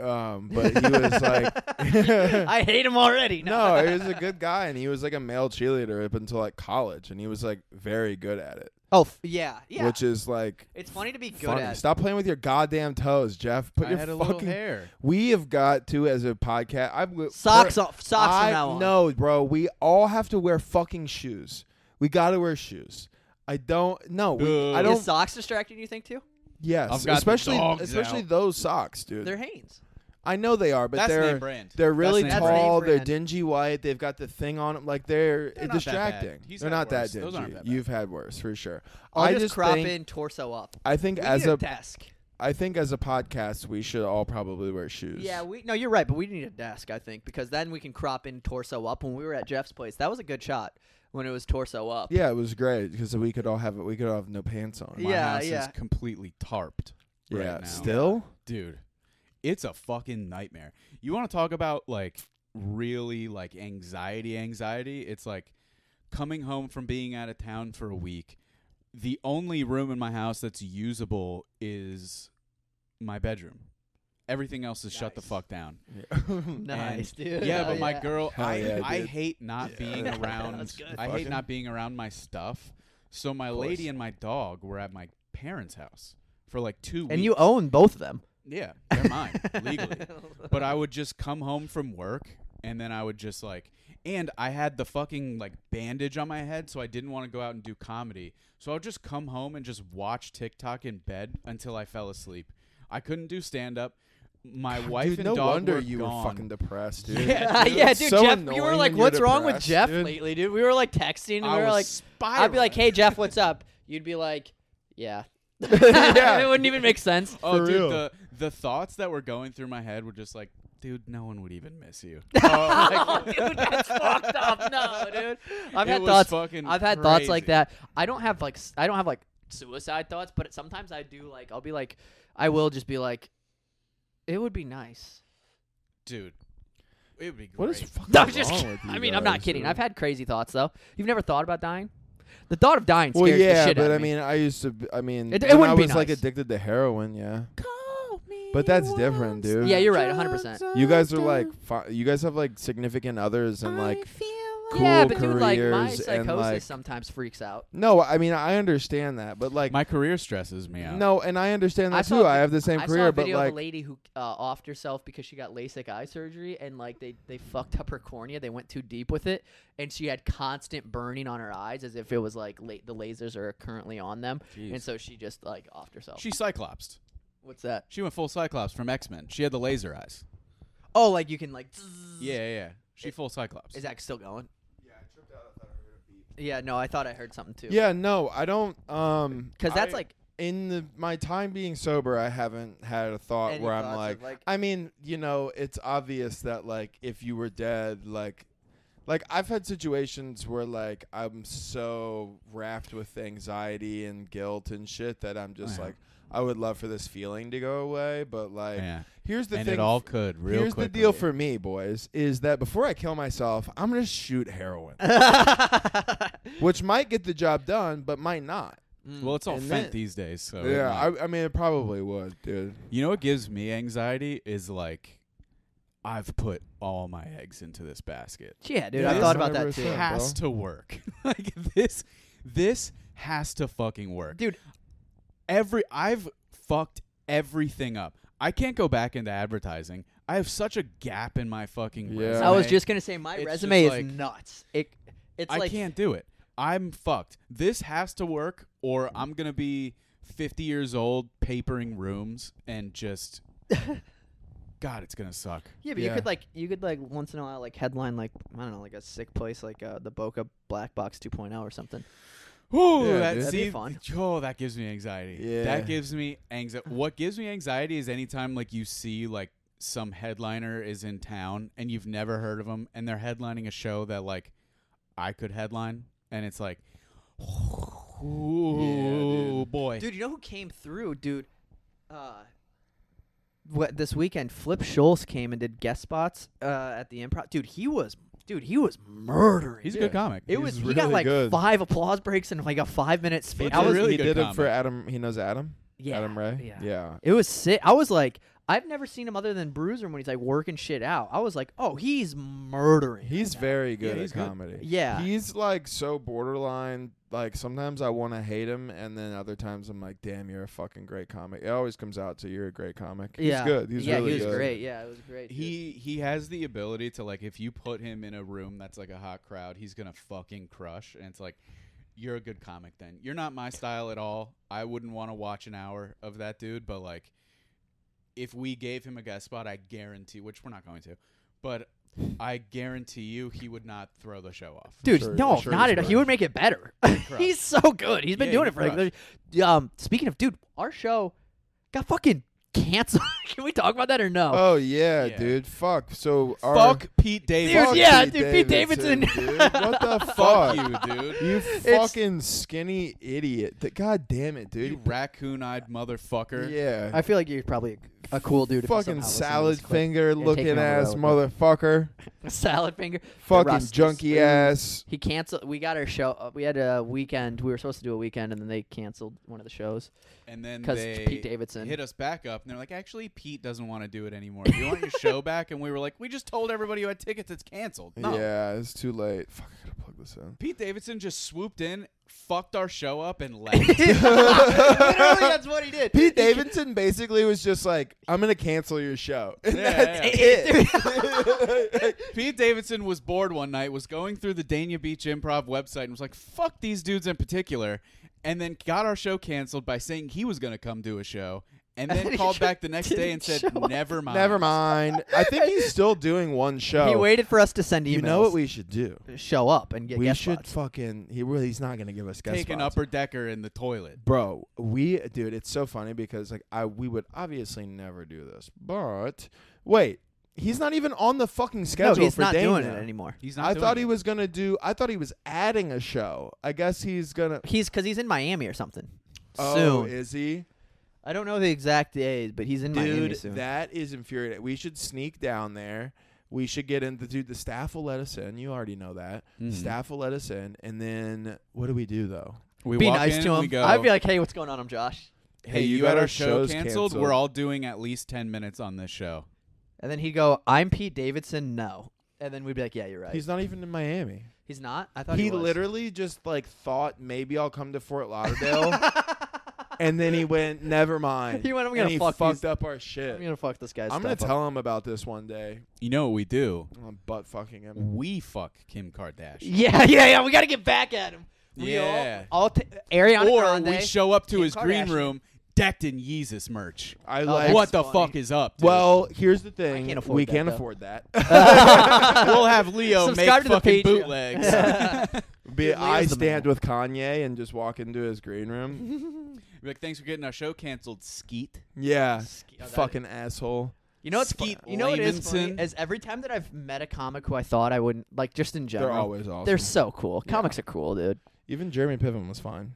[SPEAKER 1] um, but he was like,
[SPEAKER 2] I hate him already.
[SPEAKER 1] no, Oh, he was a good guy, and he was like a male cheerleader up until like college, and he was like very good at it,
[SPEAKER 2] Oh f- yeah, yeah.
[SPEAKER 1] which is like
[SPEAKER 2] it's funny to be good
[SPEAKER 1] funny.
[SPEAKER 2] at.
[SPEAKER 1] Stop playing with your goddamn toes, Jeff. Put
[SPEAKER 3] I
[SPEAKER 1] your
[SPEAKER 3] had a little
[SPEAKER 1] fucking.
[SPEAKER 3] hair.
[SPEAKER 1] We have got to as a podcast. I've li-
[SPEAKER 2] Socks off. Socks
[SPEAKER 1] I
[SPEAKER 2] from now on.
[SPEAKER 1] know, bro. We all have to wear fucking shoes. We gotta wear shoes. I don't. No, we, I
[SPEAKER 3] Boo.
[SPEAKER 2] Is
[SPEAKER 1] don't.
[SPEAKER 2] socks distracting you think too?
[SPEAKER 1] Yes,
[SPEAKER 3] I've got the
[SPEAKER 1] especially
[SPEAKER 3] dogs
[SPEAKER 1] especially
[SPEAKER 3] out.
[SPEAKER 1] those socks, dude.
[SPEAKER 2] They're Hanes.
[SPEAKER 1] I know they are, but
[SPEAKER 3] That's
[SPEAKER 1] they're
[SPEAKER 3] name brand.
[SPEAKER 1] they're really
[SPEAKER 3] That's name
[SPEAKER 2] brand.
[SPEAKER 1] tall.
[SPEAKER 2] That's name
[SPEAKER 1] They're
[SPEAKER 2] brand.
[SPEAKER 1] dingy white. They've got the thing on them. Like they're,
[SPEAKER 3] They're not that bad.
[SPEAKER 1] distracting.
[SPEAKER 3] He's
[SPEAKER 1] they're
[SPEAKER 3] had
[SPEAKER 1] not that
[SPEAKER 3] worse.
[SPEAKER 1] dingy.
[SPEAKER 3] Those aren't that bad.
[SPEAKER 1] You've had worse for sure.
[SPEAKER 2] I'll
[SPEAKER 1] I
[SPEAKER 2] just, crop
[SPEAKER 1] think,
[SPEAKER 2] in torso up.
[SPEAKER 1] I think
[SPEAKER 2] We
[SPEAKER 1] as
[SPEAKER 2] need
[SPEAKER 1] a
[SPEAKER 2] a desk.
[SPEAKER 1] I think as a podcast, we should all probably wear shoes.
[SPEAKER 2] Yeah, we no, you're right, but we need a desk, I think, because then we can crop in torso up. When we were at Jeff's place, that was a good shot when it was torso up.
[SPEAKER 1] Yeah, it was great because we could all have we could all have no pants on.
[SPEAKER 3] My
[SPEAKER 2] Yeah,
[SPEAKER 3] house
[SPEAKER 2] yeah.
[SPEAKER 3] is completely tarped. right
[SPEAKER 1] yeah,
[SPEAKER 3] now.
[SPEAKER 1] still.
[SPEAKER 3] dude it's a fucking nightmare you want to talk about like really like anxiety anxiety it's like coming home from being out of town for a week the only room in my house that's usable is my bedroom everything else is shut the
[SPEAKER 2] Nice.
[SPEAKER 3] fuck down
[SPEAKER 2] Nice,
[SPEAKER 3] yeah,
[SPEAKER 2] dude.
[SPEAKER 3] but my girl
[SPEAKER 1] Hell
[SPEAKER 3] I,
[SPEAKER 1] yeah,
[SPEAKER 3] I
[SPEAKER 1] dude.
[SPEAKER 3] hate not
[SPEAKER 1] Yeah.
[SPEAKER 3] being
[SPEAKER 1] That's
[SPEAKER 3] around
[SPEAKER 2] good.
[SPEAKER 3] i hate
[SPEAKER 1] Fucking-
[SPEAKER 3] not being around my stuff so my
[SPEAKER 1] course.
[SPEAKER 3] lady and my dog were at my parents house for like two weeks
[SPEAKER 2] And you own both of them.
[SPEAKER 3] yeah, they're mine legally. But I would just come home from work and then I would just like and I had the fucking like bandage on my head so I didn't want to go out and do comedy. So I would just come home and just watch TikTok in bed until I fell asleep. I couldn't do stand up. My wife
[SPEAKER 1] dude,
[SPEAKER 3] and
[SPEAKER 1] no
[SPEAKER 3] dog
[SPEAKER 1] wonder
[SPEAKER 3] were
[SPEAKER 1] you
[SPEAKER 3] gone.
[SPEAKER 1] were fucking depressed, dude.
[SPEAKER 3] Yeah,
[SPEAKER 2] yeah,
[SPEAKER 1] it's
[SPEAKER 2] dude,
[SPEAKER 1] so
[SPEAKER 2] Jeff, you were
[SPEAKER 1] annoying
[SPEAKER 2] like,
[SPEAKER 1] when
[SPEAKER 2] "What's
[SPEAKER 1] you're
[SPEAKER 2] wrong with
[SPEAKER 1] depressed,
[SPEAKER 2] Jeff
[SPEAKER 1] dude."
[SPEAKER 2] lately, dude?" We were like texting, and
[SPEAKER 3] I
[SPEAKER 2] we were
[SPEAKER 3] was
[SPEAKER 2] like, "I'd be like,
[SPEAKER 3] spiraling.
[SPEAKER 2] hey, Jeff, what's up?" You'd be like, "Yeah."
[SPEAKER 1] Yeah.
[SPEAKER 2] it wouldn't even make sense.
[SPEAKER 3] Oh,
[SPEAKER 1] For
[SPEAKER 3] dude,
[SPEAKER 1] real.
[SPEAKER 3] the the thoughts that were going through my head were just like, dude, no one would even miss you.
[SPEAKER 2] oh, dude, that's fucked up. No, dude. I've
[SPEAKER 3] It
[SPEAKER 2] had
[SPEAKER 3] was
[SPEAKER 2] thoughts.
[SPEAKER 3] fucking
[SPEAKER 2] I've had thoughts
[SPEAKER 3] crazy.
[SPEAKER 2] like that. I don't have like s- I don't have like suicide thoughts, but sometimes I do. Like I'll be like, I will just be like, it would be nice.
[SPEAKER 3] dude. It would be great.
[SPEAKER 1] What is fucking
[SPEAKER 2] I'm just.
[SPEAKER 1] wrong with you
[SPEAKER 2] I mean, I'm not
[SPEAKER 1] guys,
[SPEAKER 2] kidding.
[SPEAKER 1] dude?
[SPEAKER 2] I've had crazy thoughts though. You've never thought about dying? The thought of dying
[SPEAKER 1] Well,
[SPEAKER 2] scares the
[SPEAKER 1] yeah,
[SPEAKER 2] shit out
[SPEAKER 1] but I
[SPEAKER 2] of me.
[SPEAKER 1] mean, I used to. b- I mean,
[SPEAKER 2] It-
[SPEAKER 1] when
[SPEAKER 2] it
[SPEAKER 1] I
[SPEAKER 2] wouldn't be
[SPEAKER 1] was like
[SPEAKER 2] nice.
[SPEAKER 1] addicted to heroin. Yeah,
[SPEAKER 3] Call me
[SPEAKER 1] But that's different,
[SPEAKER 3] once
[SPEAKER 1] dude.
[SPEAKER 2] Yeah, you're right, 100%.
[SPEAKER 3] drugs
[SPEAKER 1] you guys
[SPEAKER 3] are
[SPEAKER 1] are like.
[SPEAKER 3] done.
[SPEAKER 1] Fi- you guys have like significant others and like.
[SPEAKER 3] I feel
[SPEAKER 1] cool
[SPEAKER 2] yeah, but dude, like my
[SPEAKER 1] careers and,
[SPEAKER 2] psychosis
[SPEAKER 1] like-
[SPEAKER 2] sometimes freaks out.
[SPEAKER 1] No, I mean I understand that, but like.
[SPEAKER 3] my career stresses me out.
[SPEAKER 1] no, and I understand that
[SPEAKER 2] I saw
[SPEAKER 1] too.
[SPEAKER 2] a
[SPEAKER 1] I
[SPEAKER 2] vi-
[SPEAKER 1] have the same
[SPEAKER 2] I
[SPEAKER 1] career,
[SPEAKER 2] saw a
[SPEAKER 1] but
[SPEAKER 2] video
[SPEAKER 1] like.
[SPEAKER 2] of a lady who uh, offed herself because she got LASIK eye surgery and like they they fucked up her cornea. They went too deep with it, and she had constant burning on her eyes as if it was like la- the lasers are currently on them, and so she just like offed herself.
[SPEAKER 3] she cyclopsed.
[SPEAKER 2] What's that?
[SPEAKER 3] She went full cyclops from X Men. She had the laser eyes.
[SPEAKER 2] Oh, like you can like. zzz.
[SPEAKER 3] Yeah, yeah, yeah. She full cyclops.
[SPEAKER 2] Is that still going? Yeah, no, I thought I heard something too.
[SPEAKER 1] Yeah, no, I don't. Um,
[SPEAKER 2] because that's
[SPEAKER 1] I-
[SPEAKER 2] like
[SPEAKER 1] in the my time being sober, I haven't had a thought
[SPEAKER 2] Any
[SPEAKER 1] where
[SPEAKER 2] thoughts
[SPEAKER 1] I'm
[SPEAKER 2] of,
[SPEAKER 1] like,
[SPEAKER 2] like-
[SPEAKER 1] I mean, you know, it's obvious that like if you were dead, like, like I've had situations where like I'm so wrapped with anxiety and guilt and shit that I'm just
[SPEAKER 3] Yeah.
[SPEAKER 1] like, I would love for this feeling to go away, but like,
[SPEAKER 3] Yeah.
[SPEAKER 1] here's the
[SPEAKER 3] and
[SPEAKER 1] thing.
[SPEAKER 3] it all could real
[SPEAKER 1] Here's the
[SPEAKER 3] quickly.
[SPEAKER 1] deal for me, boys, is that before I kill myself, I'm gonna shoot heroin, which might get the job done, but might not.
[SPEAKER 3] Well, it's all
[SPEAKER 1] And
[SPEAKER 3] fent
[SPEAKER 1] then-
[SPEAKER 3] these days. So it
[SPEAKER 1] Yeah,
[SPEAKER 3] might-
[SPEAKER 1] I, I mean, it probably would, dude.
[SPEAKER 3] you know what gives me anxiety is like, I've put all my eggs into this basket.
[SPEAKER 2] yeah, dude,
[SPEAKER 1] Yeah,
[SPEAKER 2] I
[SPEAKER 1] it's
[SPEAKER 2] thought about that too.
[SPEAKER 1] 100%. Yeah,
[SPEAKER 3] has to work. like this, this has to fucking work,
[SPEAKER 2] Dude.
[SPEAKER 3] Every I've fucked everything up. I can't go back into advertising. I have such a gap in my fucking.
[SPEAKER 1] Yeah.
[SPEAKER 3] resume.
[SPEAKER 2] I was just gonna say my
[SPEAKER 3] It's
[SPEAKER 2] resume is
[SPEAKER 3] just like-
[SPEAKER 2] nuts. It it's
[SPEAKER 3] I
[SPEAKER 2] like
[SPEAKER 3] can't do it. I'm fucked. This has to work, or I'm gonna be 50 years old, papering rooms, and just. God, it's gonna suck.
[SPEAKER 2] yeah, but
[SPEAKER 1] Yeah.
[SPEAKER 2] you could like you could like once in a while like headline like I don't know like a sick place like uh, the Boca Black Box 2.0 or something.
[SPEAKER 3] Ooh,
[SPEAKER 1] Yeah,
[SPEAKER 3] that,
[SPEAKER 1] dude.
[SPEAKER 2] That'd be
[SPEAKER 3] see-
[SPEAKER 2] fun.
[SPEAKER 3] Oh, that gives me anxiety.
[SPEAKER 1] Yeah.
[SPEAKER 3] That gives me anxiety. What gives me anxiety is anytime like you see like some headliner is in town and you've never heard of them and they're headlining a show that like I could headline and it's like Ooh boy.
[SPEAKER 2] Dude, you know who came through, dude? Uh, what this weekend? Flip Schultz came and did guest spots uh, at the Improv. Dude, he was, dude, he was murdering.
[SPEAKER 3] He's a
[SPEAKER 1] Yeah.
[SPEAKER 3] good comic.
[SPEAKER 2] it
[SPEAKER 1] he's
[SPEAKER 2] was. he
[SPEAKER 1] really
[SPEAKER 2] got like
[SPEAKER 1] good.
[SPEAKER 2] five applause breaks and like a five minute speech.
[SPEAKER 3] He
[SPEAKER 2] I was,
[SPEAKER 3] really
[SPEAKER 1] he
[SPEAKER 3] good
[SPEAKER 1] did it
[SPEAKER 3] comic.
[SPEAKER 1] for Adam. He knows Adam.
[SPEAKER 2] yeah,
[SPEAKER 1] Adam Ray.
[SPEAKER 2] Yeah.
[SPEAKER 1] yeah.
[SPEAKER 2] it was sick. I was like, I've never seen him other than Bruiser when he's like working shit out. I was like, oh, he's murdering.
[SPEAKER 1] He's very good
[SPEAKER 3] he's
[SPEAKER 1] at
[SPEAKER 3] good.
[SPEAKER 1] comedy.
[SPEAKER 2] Yeah.
[SPEAKER 1] He's like so borderline. Like sometimes I want to hate him, and then other times I'm like, "Damn, you're a fucking great comic." It always comes out to you're a great comic.
[SPEAKER 2] yeah,
[SPEAKER 1] He's good. He's
[SPEAKER 2] yeah,
[SPEAKER 1] really
[SPEAKER 2] he was
[SPEAKER 1] good.
[SPEAKER 2] great. Yeah, it was great. dude.
[SPEAKER 3] He he has the ability to like if you put him in a room that's like a hot crowd, he's gonna fucking crush. And it's like, you're a good comic. Then you're not my style at all. I wouldn't want to watch an hour of that dude. But like, if we gave him a guest spot, I guarantee, which we're not going to, but I guarantee you, he would not throw the show off.
[SPEAKER 2] Dude,
[SPEAKER 1] sure-
[SPEAKER 2] no,
[SPEAKER 1] I'm sure
[SPEAKER 2] not
[SPEAKER 1] he's
[SPEAKER 2] at all. He
[SPEAKER 1] crushed.
[SPEAKER 2] would make it better. he's so good. He's been
[SPEAKER 3] Yeah,
[SPEAKER 2] doing
[SPEAKER 3] he
[SPEAKER 2] it for like. the- Um, speaking of, dude, our show got fucking canceled. Can we talk about that or no?
[SPEAKER 1] Oh yeah,
[SPEAKER 3] Yeah.
[SPEAKER 1] dude. Fuck. So our,
[SPEAKER 3] Fuck Pete
[SPEAKER 2] Dude,
[SPEAKER 3] Davis.
[SPEAKER 1] fuck
[SPEAKER 2] yeah,
[SPEAKER 1] Pete
[SPEAKER 2] dude, Pete Davidson.
[SPEAKER 1] dude. What the
[SPEAKER 3] Fuck
[SPEAKER 1] fuck?
[SPEAKER 3] you, dude.
[SPEAKER 1] You fucking skinny idiot. Th- God damn it,
[SPEAKER 3] You
[SPEAKER 1] dude.
[SPEAKER 3] raccoon-eyed motherfucker.
[SPEAKER 1] yeah.
[SPEAKER 2] I feel like you're probably a, a cool dude. if you
[SPEAKER 1] fucking
[SPEAKER 2] somehow listen to
[SPEAKER 1] salad
[SPEAKER 2] this clip.
[SPEAKER 1] finger
[SPEAKER 2] taking
[SPEAKER 1] looking
[SPEAKER 2] over
[SPEAKER 1] ass
[SPEAKER 2] real
[SPEAKER 1] motherfucker.
[SPEAKER 2] salad finger.
[SPEAKER 1] Fucking
[SPEAKER 2] Rusty's
[SPEAKER 1] junky
[SPEAKER 2] food.
[SPEAKER 1] ass.
[SPEAKER 2] He canceled. We got our show. uh, We had a weekend. We were supposed to do a weekend, and then they canceled one of the shows.
[SPEAKER 3] and then
[SPEAKER 2] 'Cause
[SPEAKER 3] they
[SPEAKER 2] it's Pete Davidson.
[SPEAKER 3] hit us back up, and they're like, "Actually, Pete doesn't want to do it anymore. Do you want your show back?" And we were like, "We just told everybody who had tickets it's canceled." No,
[SPEAKER 1] Yeah, it's too late. Fuck, I gotta plug this in.
[SPEAKER 3] Pete Davidson just swooped in, fucked our show up, and left.
[SPEAKER 2] Literally, that's what he did.
[SPEAKER 1] Pete Davidson basically was just like, "I'm gonna cancel your show." And
[SPEAKER 3] Yeah,
[SPEAKER 1] that's it.
[SPEAKER 3] Pete Davidson was bored one night, was going through the Dania Beach Improv website, and was like, "Fuck these dudes in particular," and then got our show canceled by saying he was going to come do a show, and
[SPEAKER 2] And
[SPEAKER 3] then
[SPEAKER 2] he
[SPEAKER 3] called
[SPEAKER 2] just
[SPEAKER 3] back the next day and
[SPEAKER 2] didn't
[SPEAKER 3] said,
[SPEAKER 2] show up.
[SPEAKER 3] "Never mind."
[SPEAKER 1] Never mind. I think he's still doing one show.
[SPEAKER 2] He waited for us to send emails.
[SPEAKER 1] you know what we should do?
[SPEAKER 2] show up and get
[SPEAKER 1] We
[SPEAKER 2] guest
[SPEAKER 1] should
[SPEAKER 2] spots.
[SPEAKER 1] fucking. He really. He's not gonna give us guest
[SPEAKER 3] Take an
[SPEAKER 1] spots.
[SPEAKER 3] upper decker in the toilet.
[SPEAKER 1] bro we dude it's so funny because like i we would obviously never do this but wait he's not even on the fucking
[SPEAKER 2] no,
[SPEAKER 1] schedule
[SPEAKER 2] he's
[SPEAKER 1] for
[SPEAKER 2] not
[SPEAKER 1] Dana.
[SPEAKER 2] doing it anymore.
[SPEAKER 3] He's not.
[SPEAKER 1] i
[SPEAKER 3] doing
[SPEAKER 1] thought
[SPEAKER 3] it.
[SPEAKER 1] he was gonna do i thought he was adding a show i guess he's gonna
[SPEAKER 2] He's because he's in Miami or something.
[SPEAKER 1] oh
[SPEAKER 2] soon.
[SPEAKER 1] is he
[SPEAKER 2] I don't know the exact days, but he's in Miami
[SPEAKER 1] dude
[SPEAKER 2] soon.
[SPEAKER 1] that is infuriating we should sneak down there we should get in the dude the staff will let us in you already know that
[SPEAKER 3] Mhm.
[SPEAKER 1] staff will let us in and then what do we do though
[SPEAKER 3] We
[SPEAKER 2] be
[SPEAKER 3] walk
[SPEAKER 2] nice
[SPEAKER 3] in,
[SPEAKER 2] to him.
[SPEAKER 3] We go,
[SPEAKER 2] I'd be like, "Hey, what's going on? I'm Josh."
[SPEAKER 3] hey, you, got, our show canceled. We're all doing at least 10 minutes on this show.
[SPEAKER 2] And then he'd go, "I'm Pete Davidson." No. And then we'd be like, "Yeah, you're right.
[SPEAKER 1] he's
[SPEAKER 2] He's,
[SPEAKER 1] not even in miami
[SPEAKER 2] not. I thought
[SPEAKER 1] he,
[SPEAKER 2] he, was.
[SPEAKER 1] literally just like thought maybe I'll come to Fort Lauderdale, and then he went, "Never mind."
[SPEAKER 2] He went, "I'm
[SPEAKER 1] And
[SPEAKER 2] gonna
[SPEAKER 1] he
[SPEAKER 2] fuck
[SPEAKER 1] fucked
[SPEAKER 2] these-
[SPEAKER 1] up our shit.
[SPEAKER 2] I'm gonna fuck this guy's
[SPEAKER 1] I'm gonna
[SPEAKER 2] stuff up."
[SPEAKER 1] tell him about this one day.
[SPEAKER 3] You know what we do?
[SPEAKER 1] I'm butt fucking
[SPEAKER 2] Mm.
[SPEAKER 1] him.
[SPEAKER 3] We fuck Kim Kardashian.
[SPEAKER 2] Yeah, yeah, yeah. We gotta get back at him. We
[SPEAKER 3] Yeah.
[SPEAKER 2] All, all t- Ariana
[SPEAKER 3] or
[SPEAKER 2] Grande.
[SPEAKER 3] we show up to
[SPEAKER 2] Kim
[SPEAKER 3] his green
[SPEAKER 2] Kardashian.
[SPEAKER 3] room decked in Yeezus merch.
[SPEAKER 1] I
[SPEAKER 2] Oh,
[SPEAKER 1] like.
[SPEAKER 2] that's
[SPEAKER 3] what the
[SPEAKER 2] funny.
[SPEAKER 3] fuck is up? dude?
[SPEAKER 1] Well, here's the thing.
[SPEAKER 2] can't afford
[SPEAKER 1] we
[SPEAKER 2] that,
[SPEAKER 1] can't
[SPEAKER 2] though.
[SPEAKER 1] afford that.
[SPEAKER 3] we'll have Leo make
[SPEAKER 2] Subscribe to the
[SPEAKER 3] fucking
[SPEAKER 2] Patreon.
[SPEAKER 3] bootlegs.
[SPEAKER 1] Be,
[SPEAKER 2] Leo's
[SPEAKER 1] I
[SPEAKER 2] the Mm-hmm.
[SPEAKER 1] stand with Kanye and just walk into his green room.
[SPEAKER 3] Be like, thanks for getting our show canceled, Skeet.
[SPEAKER 1] Yeah,
[SPEAKER 2] Ski- oh, that
[SPEAKER 1] fucking asshole.
[SPEAKER 2] You know what's
[SPEAKER 3] Skeet
[SPEAKER 2] fu- You know what is funny
[SPEAKER 3] Levinson.
[SPEAKER 2] is every time that I've met a comic who I thought I wouldn't like, just in general,
[SPEAKER 1] They're always awesome.
[SPEAKER 2] they're so cool.
[SPEAKER 1] Yeah.
[SPEAKER 2] Comics are cool, dude.
[SPEAKER 1] Even Jeremy Piven was fine.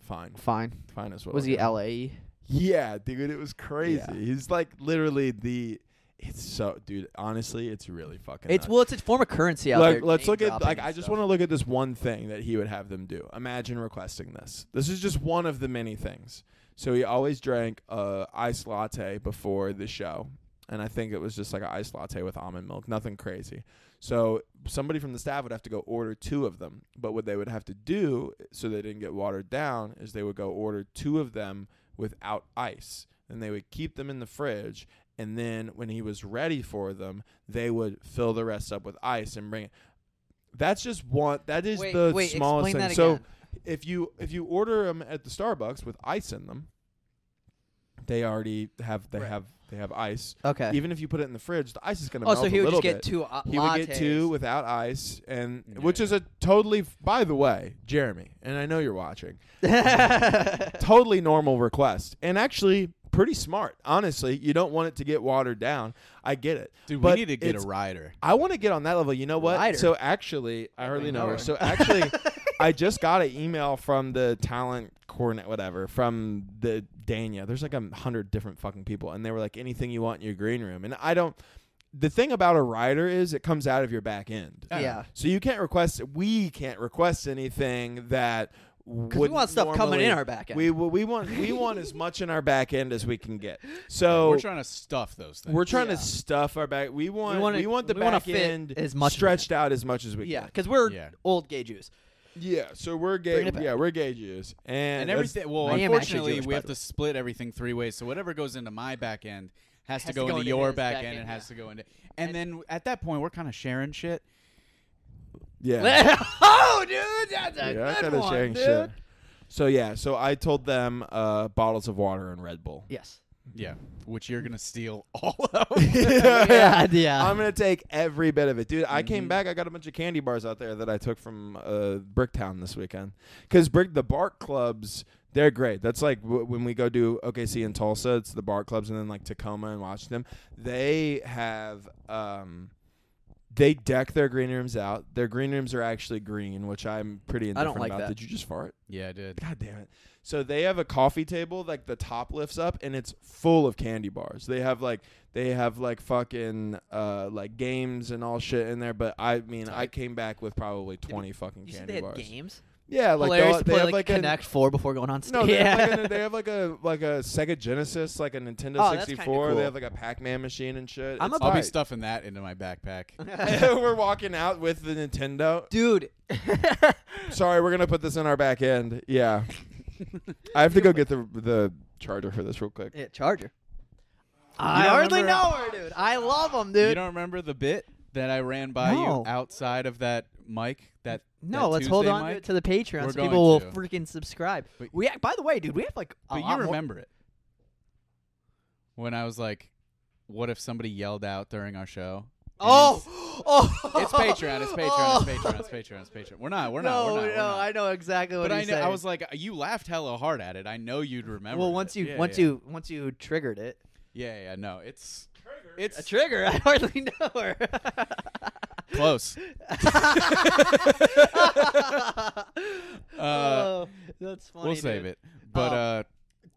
[SPEAKER 1] Fine,
[SPEAKER 2] Fine.
[SPEAKER 1] fine as well.
[SPEAKER 2] Was he LA?
[SPEAKER 1] Yeah, dude, it was crazy.
[SPEAKER 2] Yeah.
[SPEAKER 1] He's like literally the. It's so, dude. Honestly, it's really fucking.
[SPEAKER 2] It's
[SPEAKER 1] nuts.
[SPEAKER 2] well, it's a form of currency out there.
[SPEAKER 1] Like, let's
[SPEAKER 2] name
[SPEAKER 1] look at
[SPEAKER 2] dropping
[SPEAKER 1] like
[SPEAKER 2] and
[SPEAKER 1] I just
[SPEAKER 2] stuff.
[SPEAKER 1] want to look at this one thing that he would have them do. Imagine requesting this. This is just one of the many things. So he always drank a iced latte before the show, and I think it was just like an iced latte with almond milk, nothing crazy. So somebody from the staff would have to go order two of them. But what they would have to do so they didn't get watered down is they would go order two of them without ice, and they would keep them in the fridge. And then when he was ready for them, they would fill the rest up with ice and bring it. That's just one. That is
[SPEAKER 2] Wait,
[SPEAKER 1] the
[SPEAKER 2] wait,
[SPEAKER 1] smallest
[SPEAKER 2] explain
[SPEAKER 1] thing.
[SPEAKER 2] that
[SPEAKER 1] So
[SPEAKER 2] again.
[SPEAKER 1] if you if you order them at the Starbucks with ice in them, they already have they
[SPEAKER 2] Right.
[SPEAKER 1] have they have ice.
[SPEAKER 2] Okay.
[SPEAKER 1] Even if you put it in the fridge, the ice is gonna
[SPEAKER 2] oh,
[SPEAKER 1] melt
[SPEAKER 2] so he
[SPEAKER 1] a
[SPEAKER 2] would
[SPEAKER 1] little
[SPEAKER 2] just
[SPEAKER 1] bit.
[SPEAKER 2] get two uh,
[SPEAKER 1] He would get two without ice, and which
[SPEAKER 3] Yeah.
[SPEAKER 1] is a totally. By the way, Jeremy, and I know you're watching.
[SPEAKER 2] lattes.
[SPEAKER 1] Totally normal request, and actually pretty smart. Honestly, you don't want it to get watered down. I get it,
[SPEAKER 3] Dude,
[SPEAKER 1] But
[SPEAKER 3] we need to get a
[SPEAKER 1] it's-
[SPEAKER 3] rider.
[SPEAKER 1] I want to get on that level. You know what?
[SPEAKER 2] Rider.
[SPEAKER 1] So actually, I hardly
[SPEAKER 2] we
[SPEAKER 1] know
[SPEAKER 2] know
[SPEAKER 1] her.
[SPEAKER 2] her.
[SPEAKER 1] So actually, I just got an email from the talent coordinate, whatever, from the Dania. There's like a hundred different fucking people, and they were like, anything you want in your green room. And I don't. The thing about a rider is it comes out of your back end.
[SPEAKER 2] Yeah.
[SPEAKER 1] So you can't request. We can't request anything that.
[SPEAKER 2] Because we
[SPEAKER 1] would
[SPEAKER 2] want stuff coming
[SPEAKER 1] normally-
[SPEAKER 2] in our back end.
[SPEAKER 1] We we want we want as much in our back end as we can get. So
[SPEAKER 3] We're trying to stuff those things.
[SPEAKER 1] we're trying
[SPEAKER 2] Yeah.
[SPEAKER 1] to stuff our back. We want we,
[SPEAKER 2] wanna-
[SPEAKER 1] want the
[SPEAKER 2] we wanna
[SPEAKER 1] back
[SPEAKER 2] fit
[SPEAKER 1] end
[SPEAKER 2] as much of it.
[SPEAKER 1] stretched out as much as we
[SPEAKER 2] yeah,
[SPEAKER 1] can.
[SPEAKER 2] because we're
[SPEAKER 3] Yeah.
[SPEAKER 2] old gay Jews.
[SPEAKER 1] Yeah. So we're
[SPEAKER 2] Bring
[SPEAKER 1] gay.
[SPEAKER 2] it back.
[SPEAKER 1] Yeah, we're gay Jews. And,
[SPEAKER 3] and
[SPEAKER 1] that's-
[SPEAKER 3] everything. Well,
[SPEAKER 2] I am actually
[SPEAKER 3] unfortunately,
[SPEAKER 2] Jewish,
[SPEAKER 3] we
[SPEAKER 2] by
[SPEAKER 3] have
[SPEAKER 2] the
[SPEAKER 3] to split everything three ways. So whatever goes into my back end has, to go, into, your
[SPEAKER 2] his
[SPEAKER 3] back,
[SPEAKER 2] back
[SPEAKER 3] end.
[SPEAKER 2] end,
[SPEAKER 3] It has
[SPEAKER 2] yeah.
[SPEAKER 3] to go into. And, then at that point, we're kind of sharing shit.
[SPEAKER 1] Yeah.
[SPEAKER 2] oh, dude, that's a
[SPEAKER 1] yeah,
[SPEAKER 2] good
[SPEAKER 1] kinda
[SPEAKER 2] one,
[SPEAKER 1] sharing
[SPEAKER 2] dude.
[SPEAKER 1] shit. So yeah, so I told them uh, bottles of water and Red Bull.
[SPEAKER 2] Yes.
[SPEAKER 3] Yeah, which you're gonna steal all of.
[SPEAKER 2] Yeah, yeah. Mm-hmm.
[SPEAKER 1] I'm gonna take every bit of it, dude. I came back. I got a bunch of candy bars out there that I took from uh, Bricktown this weekend because Brick the Bark Clubs. They're great. That's like w- when we go do OKC in Tulsa. It's the Bark Clubs, and then like Tacoma and Washington. They have. Um, they deck their green rooms out. Their green rooms are actually green, which I'm pretty
[SPEAKER 2] don't
[SPEAKER 1] indifferent
[SPEAKER 2] like
[SPEAKER 1] about.
[SPEAKER 2] that.
[SPEAKER 1] Did you just fart?
[SPEAKER 3] yeah, I did.
[SPEAKER 1] God damn it. So they have a coffee table, like the top lifts up and it's full of candy bars. They have like they have like fucking uh like games and all shit in there, but I mean I came back with probably twenty fucking
[SPEAKER 2] You said
[SPEAKER 1] candy
[SPEAKER 2] they had
[SPEAKER 1] bars.
[SPEAKER 2] games.
[SPEAKER 1] Yeah, like
[SPEAKER 2] Hilarious
[SPEAKER 1] they'll-
[SPEAKER 2] to
[SPEAKER 1] they
[SPEAKER 2] play
[SPEAKER 1] have
[SPEAKER 2] like,
[SPEAKER 1] like an-
[SPEAKER 2] Connect Four before going on stage.
[SPEAKER 1] no, they,
[SPEAKER 2] yeah.
[SPEAKER 1] have like a, they have like a like a Sega Genesis, like a Nintendo
[SPEAKER 2] Oh, that's kinda
[SPEAKER 1] 64.
[SPEAKER 2] cool.
[SPEAKER 1] They have like a Pac-Man machine and shit.
[SPEAKER 2] I'm
[SPEAKER 1] It's
[SPEAKER 2] a-
[SPEAKER 3] I'll be
[SPEAKER 1] tight.
[SPEAKER 3] stuffing that into my backpack.
[SPEAKER 1] We're walking out with the Nintendo.
[SPEAKER 2] dude.
[SPEAKER 1] Sorry, we're gonna put this in our back end. Yeah, I have to go get the the charger for this real quick.
[SPEAKER 2] yeah, Charger. I
[SPEAKER 3] don't
[SPEAKER 2] hardly
[SPEAKER 3] remember-
[SPEAKER 2] know her, dude. I love him,
[SPEAKER 3] You
[SPEAKER 2] dude.
[SPEAKER 3] don't remember the bit that I ran by
[SPEAKER 2] No.
[SPEAKER 3] you outside of that mic? That
[SPEAKER 2] No,
[SPEAKER 3] that
[SPEAKER 2] let's hold
[SPEAKER 3] Tuesday
[SPEAKER 2] on to,
[SPEAKER 3] mic?
[SPEAKER 2] it to the Patreon
[SPEAKER 3] We're
[SPEAKER 2] so people will
[SPEAKER 3] going to.
[SPEAKER 2] freaking subscribe.
[SPEAKER 3] But-
[SPEAKER 2] we, by the way, dude, we have like a
[SPEAKER 3] But
[SPEAKER 2] lot
[SPEAKER 3] you
[SPEAKER 2] more-
[SPEAKER 3] remember it. When I was like, what if somebody yelled out during our show? And
[SPEAKER 2] Oh, oh,
[SPEAKER 3] It's Patreon. It's Patreon. It's Patreon. It's Patreon. It's Patreon. We're not. We're not.
[SPEAKER 2] no,
[SPEAKER 3] we're not, we're
[SPEAKER 2] no,
[SPEAKER 3] not.
[SPEAKER 2] I know exactly what
[SPEAKER 3] But I
[SPEAKER 2] he's
[SPEAKER 3] know. I
[SPEAKER 2] saying.
[SPEAKER 3] was like, uh, you laughed hella hard at it. I know you'd remember.
[SPEAKER 2] well, once
[SPEAKER 3] it.
[SPEAKER 2] you,
[SPEAKER 3] Yeah,
[SPEAKER 2] once
[SPEAKER 3] yeah.
[SPEAKER 2] you, once you triggered it,
[SPEAKER 3] Yeah, yeah. No, it's. It's
[SPEAKER 2] a trigger. I hardly know her.
[SPEAKER 3] close. Uh,
[SPEAKER 2] oh, that's funny.
[SPEAKER 3] we'll save
[SPEAKER 2] dude.
[SPEAKER 3] it. But
[SPEAKER 2] Oh.
[SPEAKER 3] uh,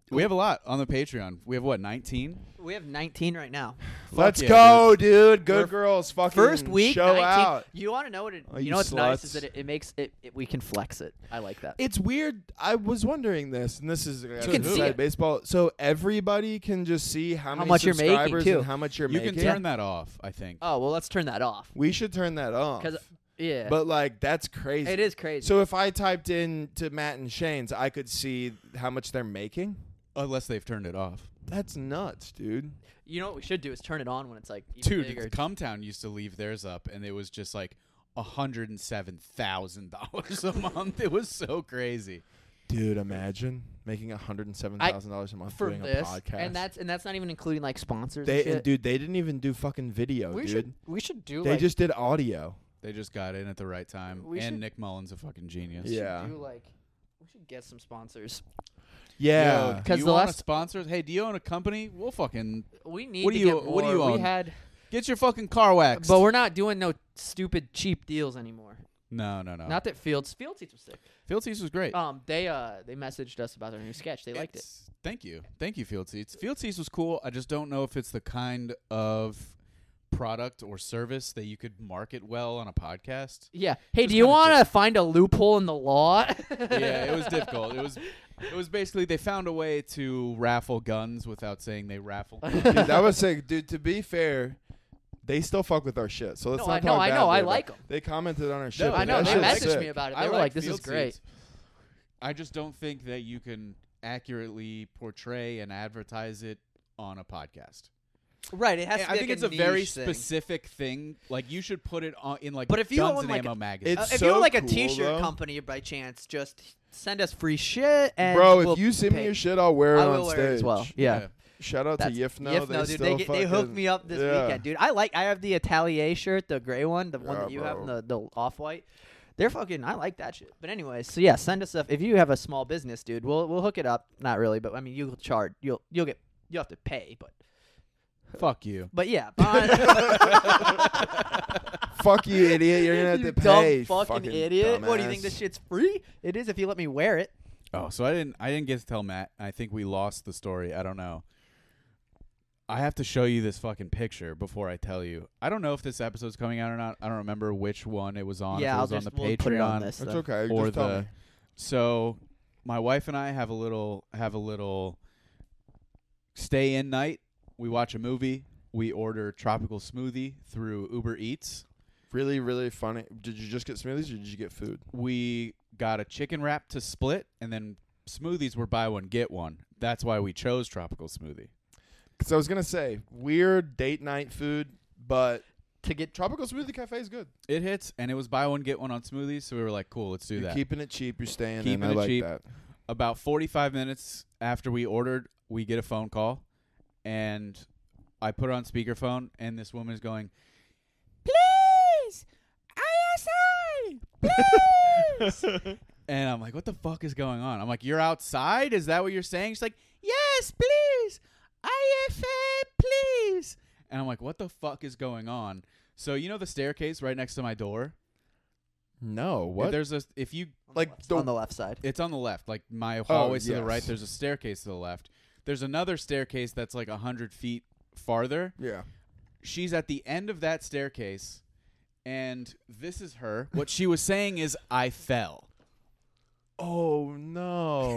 [SPEAKER 3] we have a lot on the Patreon. We have what 19?
[SPEAKER 2] We have 19 right now.
[SPEAKER 1] Let's
[SPEAKER 3] yeah,
[SPEAKER 1] go, dude. Good
[SPEAKER 2] We're-
[SPEAKER 1] girls. Fucking
[SPEAKER 2] First week,
[SPEAKER 1] show
[SPEAKER 2] 19.
[SPEAKER 1] out.
[SPEAKER 2] You want to know what? It,
[SPEAKER 1] Oh,
[SPEAKER 2] you
[SPEAKER 1] you
[SPEAKER 2] know what's nice is
[SPEAKER 1] sluts.
[SPEAKER 2] that it, it makes it, it. We can flex it. I like that.
[SPEAKER 1] It's weird. I was wondering this, and this is
[SPEAKER 3] can
[SPEAKER 1] outside
[SPEAKER 3] see
[SPEAKER 2] it.
[SPEAKER 1] baseball. So everybody can just see how, many
[SPEAKER 2] much you're making,
[SPEAKER 1] subscribers
[SPEAKER 2] too.
[SPEAKER 1] and how much you're
[SPEAKER 3] You
[SPEAKER 1] making.
[SPEAKER 3] can turn that off. I think.
[SPEAKER 2] oh well, let's turn that off.
[SPEAKER 1] we should turn that off.
[SPEAKER 2] 'Cause- Yeah,
[SPEAKER 1] But like that's crazy.
[SPEAKER 2] it is crazy.
[SPEAKER 1] So if I typed in to Matt and Shane's, I could see how much they're making.
[SPEAKER 3] Unless they've turned it off.
[SPEAKER 1] That's nuts, dude.
[SPEAKER 2] you know what we should do is turn it on when it's like even
[SPEAKER 3] Dude,
[SPEAKER 2] bigger.
[SPEAKER 3] Cumtown used to leave theirs up, and it was just like hundred and seven thousand dollars a month. It was so crazy.
[SPEAKER 1] Dude, imagine making hundred and seven thousand dollars a month
[SPEAKER 2] for
[SPEAKER 1] doing
[SPEAKER 2] this,
[SPEAKER 1] a podcast.
[SPEAKER 2] and that's and that's not even including like sponsors.
[SPEAKER 1] they
[SPEAKER 2] and shit.
[SPEAKER 1] and dude, they didn't even do fucking video,
[SPEAKER 2] we
[SPEAKER 1] dude.
[SPEAKER 2] should we should do
[SPEAKER 1] they
[SPEAKER 2] like
[SPEAKER 1] just did audio.
[SPEAKER 3] They just got in at the right time,
[SPEAKER 2] We
[SPEAKER 3] and
[SPEAKER 2] should-
[SPEAKER 3] Nick Mullins a fucking genius.
[SPEAKER 2] we should
[SPEAKER 1] Yeah.
[SPEAKER 2] do like we should get some sponsors.
[SPEAKER 1] Yeah.
[SPEAKER 3] because
[SPEAKER 2] 'Cause
[SPEAKER 3] you
[SPEAKER 2] the
[SPEAKER 3] want a
[SPEAKER 2] last-
[SPEAKER 3] sponsor? Hey, do you own a company? We'll fucking
[SPEAKER 2] We need
[SPEAKER 3] What
[SPEAKER 2] to
[SPEAKER 3] do you-
[SPEAKER 2] get more.
[SPEAKER 3] what do you
[SPEAKER 2] We
[SPEAKER 3] own?
[SPEAKER 2] had,
[SPEAKER 3] get your fucking car waxed.
[SPEAKER 2] but we're not doing no stupid cheap deals anymore.
[SPEAKER 3] no, no, no.
[SPEAKER 2] Not that Fields Fields seats was sick.
[SPEAKER 3] Field Seats was great.
[SPEAKER 2] Um, they uh they messaged us about their new sketch. They liked it.
[SPEAKER 3] It's- Thank you, thank you, Field Seats. Field Seats was cool. I just don't know if it's the kind of product or service that you could market well on a podcast.
[SPEAKER 2] Yeah. Hey, do
[SPEAKER 3] just
[SPEAKER 2] you
[SPEAKER 3] kinda
[SPEAKER 2] want to
[SPEAKER 3] just-
[SPEAKER 2] find a loophole in the law?
[SPEAKER 3] yeah, it was difficult. It was it was basically they found a way to raffle guns without saying they raffled. guns.
[SPEAKER 1] Dude, that was sick, dude. To be fair, they still fuck with our shit. So let's
[SPEAKER 2] No,
[SPEAKER 1] not
[SPEAKER 2] I-
[SPEAKER 1] talk
[SPEAKER 2] no, I
[SPEAKER 1] badly
[SPEAKER 2] know. I
[SPEAKER 1] about-
[SPEAKER 2] like 'em.
[SPEAKER 1] They commented on our shit.
[SPEAKER 3] but
[SPEAKER 2] I know.
[SPEAKER 1] that
[SPEAKER 2] They
[SPEAKER 1] shit's
[SPEAKER 2] messaged
[SPEAKER 1] sick.
[SPEAKER 2] me about it. They
[SPEAKER 3] I
[SPEAKER 2] were
[SPEAKER 3] like
[SPEAKER 2] like, "This
[SPEAKER 3] Field
[SPEAKER 2] is great."
[SPEAKER 3] Seats. I just don't think that you can accurately portray and advertise it on a podcast.
[SPEAKER 2] right. It has
[SPEAKER 3] I think it's a very specific thing. Like you should put it on in like
[SPEAKER 2] But if you
[SPEAKER 3] Guns
[SPEAKER 2] own,
[SPEAKER 3] and
[SPEAKER 2] like,
[SPEAKER 3] Ammo magazine.
[SPEAKER 1] It's
[SPEAKER 2] Uh, if
[SPEAKER 1] so
[SPEAKER 2] you're like a
[SPEAKER 1] cool,
[SPEAKER 2] T-shirt
[SPEAKER 1] though.
[SPEAKER 2] company by chance, just send us free shit. And
[SPEAKER 1] Bro, if
[SPEAKER 2] we'll
[SPEAKER 1] you send me
[SPEAKER 2] pay.
[SPEAKER 1] your shit, I'll wear it
[SPEAKER 2] I
[SPEAKER 1] on
[SPEAKER 2] will
[SPEAKER 1] stage.
[SPEAKER 2] wear it as well. Yeah.
[SPEAKER 1] Shout out
[SPEAKER 2] That's
[SPEAKER 1] to Yifno.
[SPEAKER 2] Yifno,
[SPEAKER 1] they
[SPEAKER 2] dude.
[SPEAKER 1] still
[SPEAKER 2] they, get- they hooked
[SPEAKER 1] fucking-
[SPEAKER 2] me up this
[SPEAKER 1] yeah.
[SPEAKER 2] weekend, dude. I like. I have the Atelier shirt, the gray one, the one
[SPEAKER 1] Yeah,
[SPEAKER 2] that you have, and
[SPEAKER 1] bro.
[SPEAKER 2] the, the off white. They're fucking. I like that shit. But anyways, so yeah, send us stuff. If you have a small business, dude, we'll we'll hook it up. Not really, but I mean, you'll charge. You'll you'll get. You will have to pay, but
[SPEAKER 3] Fuck you.
[SPEAKER 2] But yeah, Bond.
[SPEAKER 1] Fuck you, idiot! You're gonna have
[SPEAKER 2] you
[SPEAKER 1] to
[SPEAKER 2] dumb
[SPEAKER 1] pay.
[SPEAKER 2] fucking, idiot. What do you think
[SPEAKER 1] dumbass.
[SPEAKER 2] this shit's free? It is if you let me wear it.
[SPEAKER 3] Oh, so I didn't I didn't get to tell Matt. I think we lost the story. I don't know. I have to show you this fucking picture before I tell you. I don't know if this episode's coming out or not. I don't remember which one it was on.
[SPEAKER 2] yeah,
[SPEAKER 3] if it
[SPEAKER 2] I'll
[SPEAKER 3] was
[SPEAKER 2] just
[SPEAKER 3] on the
[SPEAKER 2] we'll
[SPEAKER 3] Patreon.
[SPEAKER 2] put it on this. uh,
[SPEAKER 1] It's
[SPEAKER 2] though.
[SPEAKER 1] okay.
[SPEAKER 3] or
[SPEAKER 1] Just tell
[SPEAKER 3] the-
[SPEAKER 1] me.
[SPEAKER 3] So my wife and I have a little have a little stay in night. We watch a movie. We order tropical smoothie through Uber Eats.
[SPEAKER 1] Really, really funny. Did you just get smoothies or did you get food?
[SPEAKER 3] We got a chicken wrap to split, and then smoothies were buy one get one. That's why we chose tropical smoothie.
[SPEAKER 1] Because I was gonna say weird date night food, but
[SPEAKER 2] To get
[SPEAKER 1] tropical smoothie cafe is good.
[SPEAKER 3] It hits, and it was buy one get one on smoothies. So we were like, cool, let's do
[SPEAKER 1] you're
[SPEAKER 3] that.
[SPEAKER 1] keeping it cheap. You're staying. in.
[SPEAKER 3] Keeping
[SPEAKER 1] I
[SPEAKER 3] it
[SPEAKER 1] like
[SPEAKER 3] cheap.
[SPEAKER 1] that.
[SPEAKER 3] About forty five minutes after we ordered, we get a phone call, and I put on speakerphone, and this woman is going, please, ISI, please. and I'm like, what the fuck is going on? I'm like, you're outside? Is that what you're saying? She's like, yes, please, IFA, please. And I'm like, what the fuck is going on? So you know the staircase right next to my door.
[SPEAKER 1] No,
[SPEAKER 3] If
[SPEAKER 1] what?
[SPEAKER 3] There's a if you
[SPEAKER 1] Like the-
[SPEAKER 2] on the left side.
[SPEAKER 3] it's on the left. Like my hallway to the
[SPEAKER 1] Oh, yes.
[SPEAKER 3] right. There's a staircase to the left. There's another staircase that's like a hundred feet farther
[SPEAKER 1] yeah.
[SPEAKER 3] she's at the end of that staircase and this is her what she was saying is i fell
[SPEAKER 1] Oh no.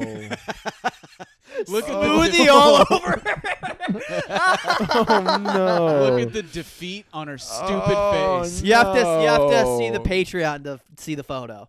[SPEAKER 3] look at the
[SPEAKER 2] Smoothie all over.
[SPEAKER 1] oh no.
[SPEAKER 3] look at the defeat on her stupid
[SPEAKER 1] Oh,
[SPEAKER 3] face
[SPEAKER 2] you have to you have to see the
[SPEAKER 1] No.
[SPEAKER 2] Patreon to f- see the photo.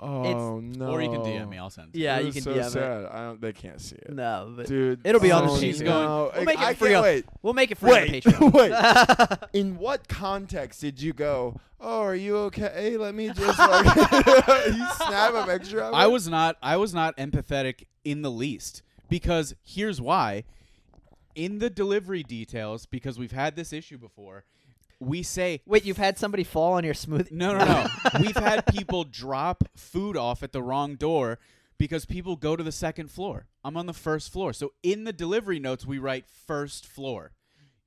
[SPEAKER 1] Oh no.
[SPEAKER 3] or you can dm me i'll send it
[SPEAKER 2] Yeah,
[SPEAKER 1] It
[SPEAKER 2] you
[SPEAKER 1] was
[SPEAKER 2] can
[SPEAKER 1] so
[SPEAKER 2] DM it.
[SPEAKER 1] sad. I don't. They can't see it.
[SPEAKER 2] No, but
[SPEAKER 1] Dude,
[SPEAKER 2] it'll be on the
[SPEAKER 1] oh,
[SPEAKER 2] she's
[SPEAKER 1] no.
[SPEAKER 3] going-
[SPEAKER 2] We'll make it
[SPEAKER 1] I
[SPEAKER 2] free
[SPEAKER 1] can't
[SPEAKER 2] on-
[SPEAKER 1] wait.
[SPEAKER 2] we'll make it free on the
[SPEAKER 1] Wait,
[SPEAKER 2] Patreon.
[SPEAKER 1] wait. In what context did you go? Oh, are you okay? Let me just like you snap a picture of
[SPEAKER 3] i
[SPEAKER 1] it?
[SPEAKER 3] was not i was not empathetic in the least because here's why in the delivery details because we've had this issue before we say
[SPEAKER 2] Wait, you've had somebody fall on your smoothie?
[SPEAKER 3] No, no, no. We've had people drop food off at the wrong door because people go to the second floor. I'm on the first floor. So in the delivery notes, we write first floor.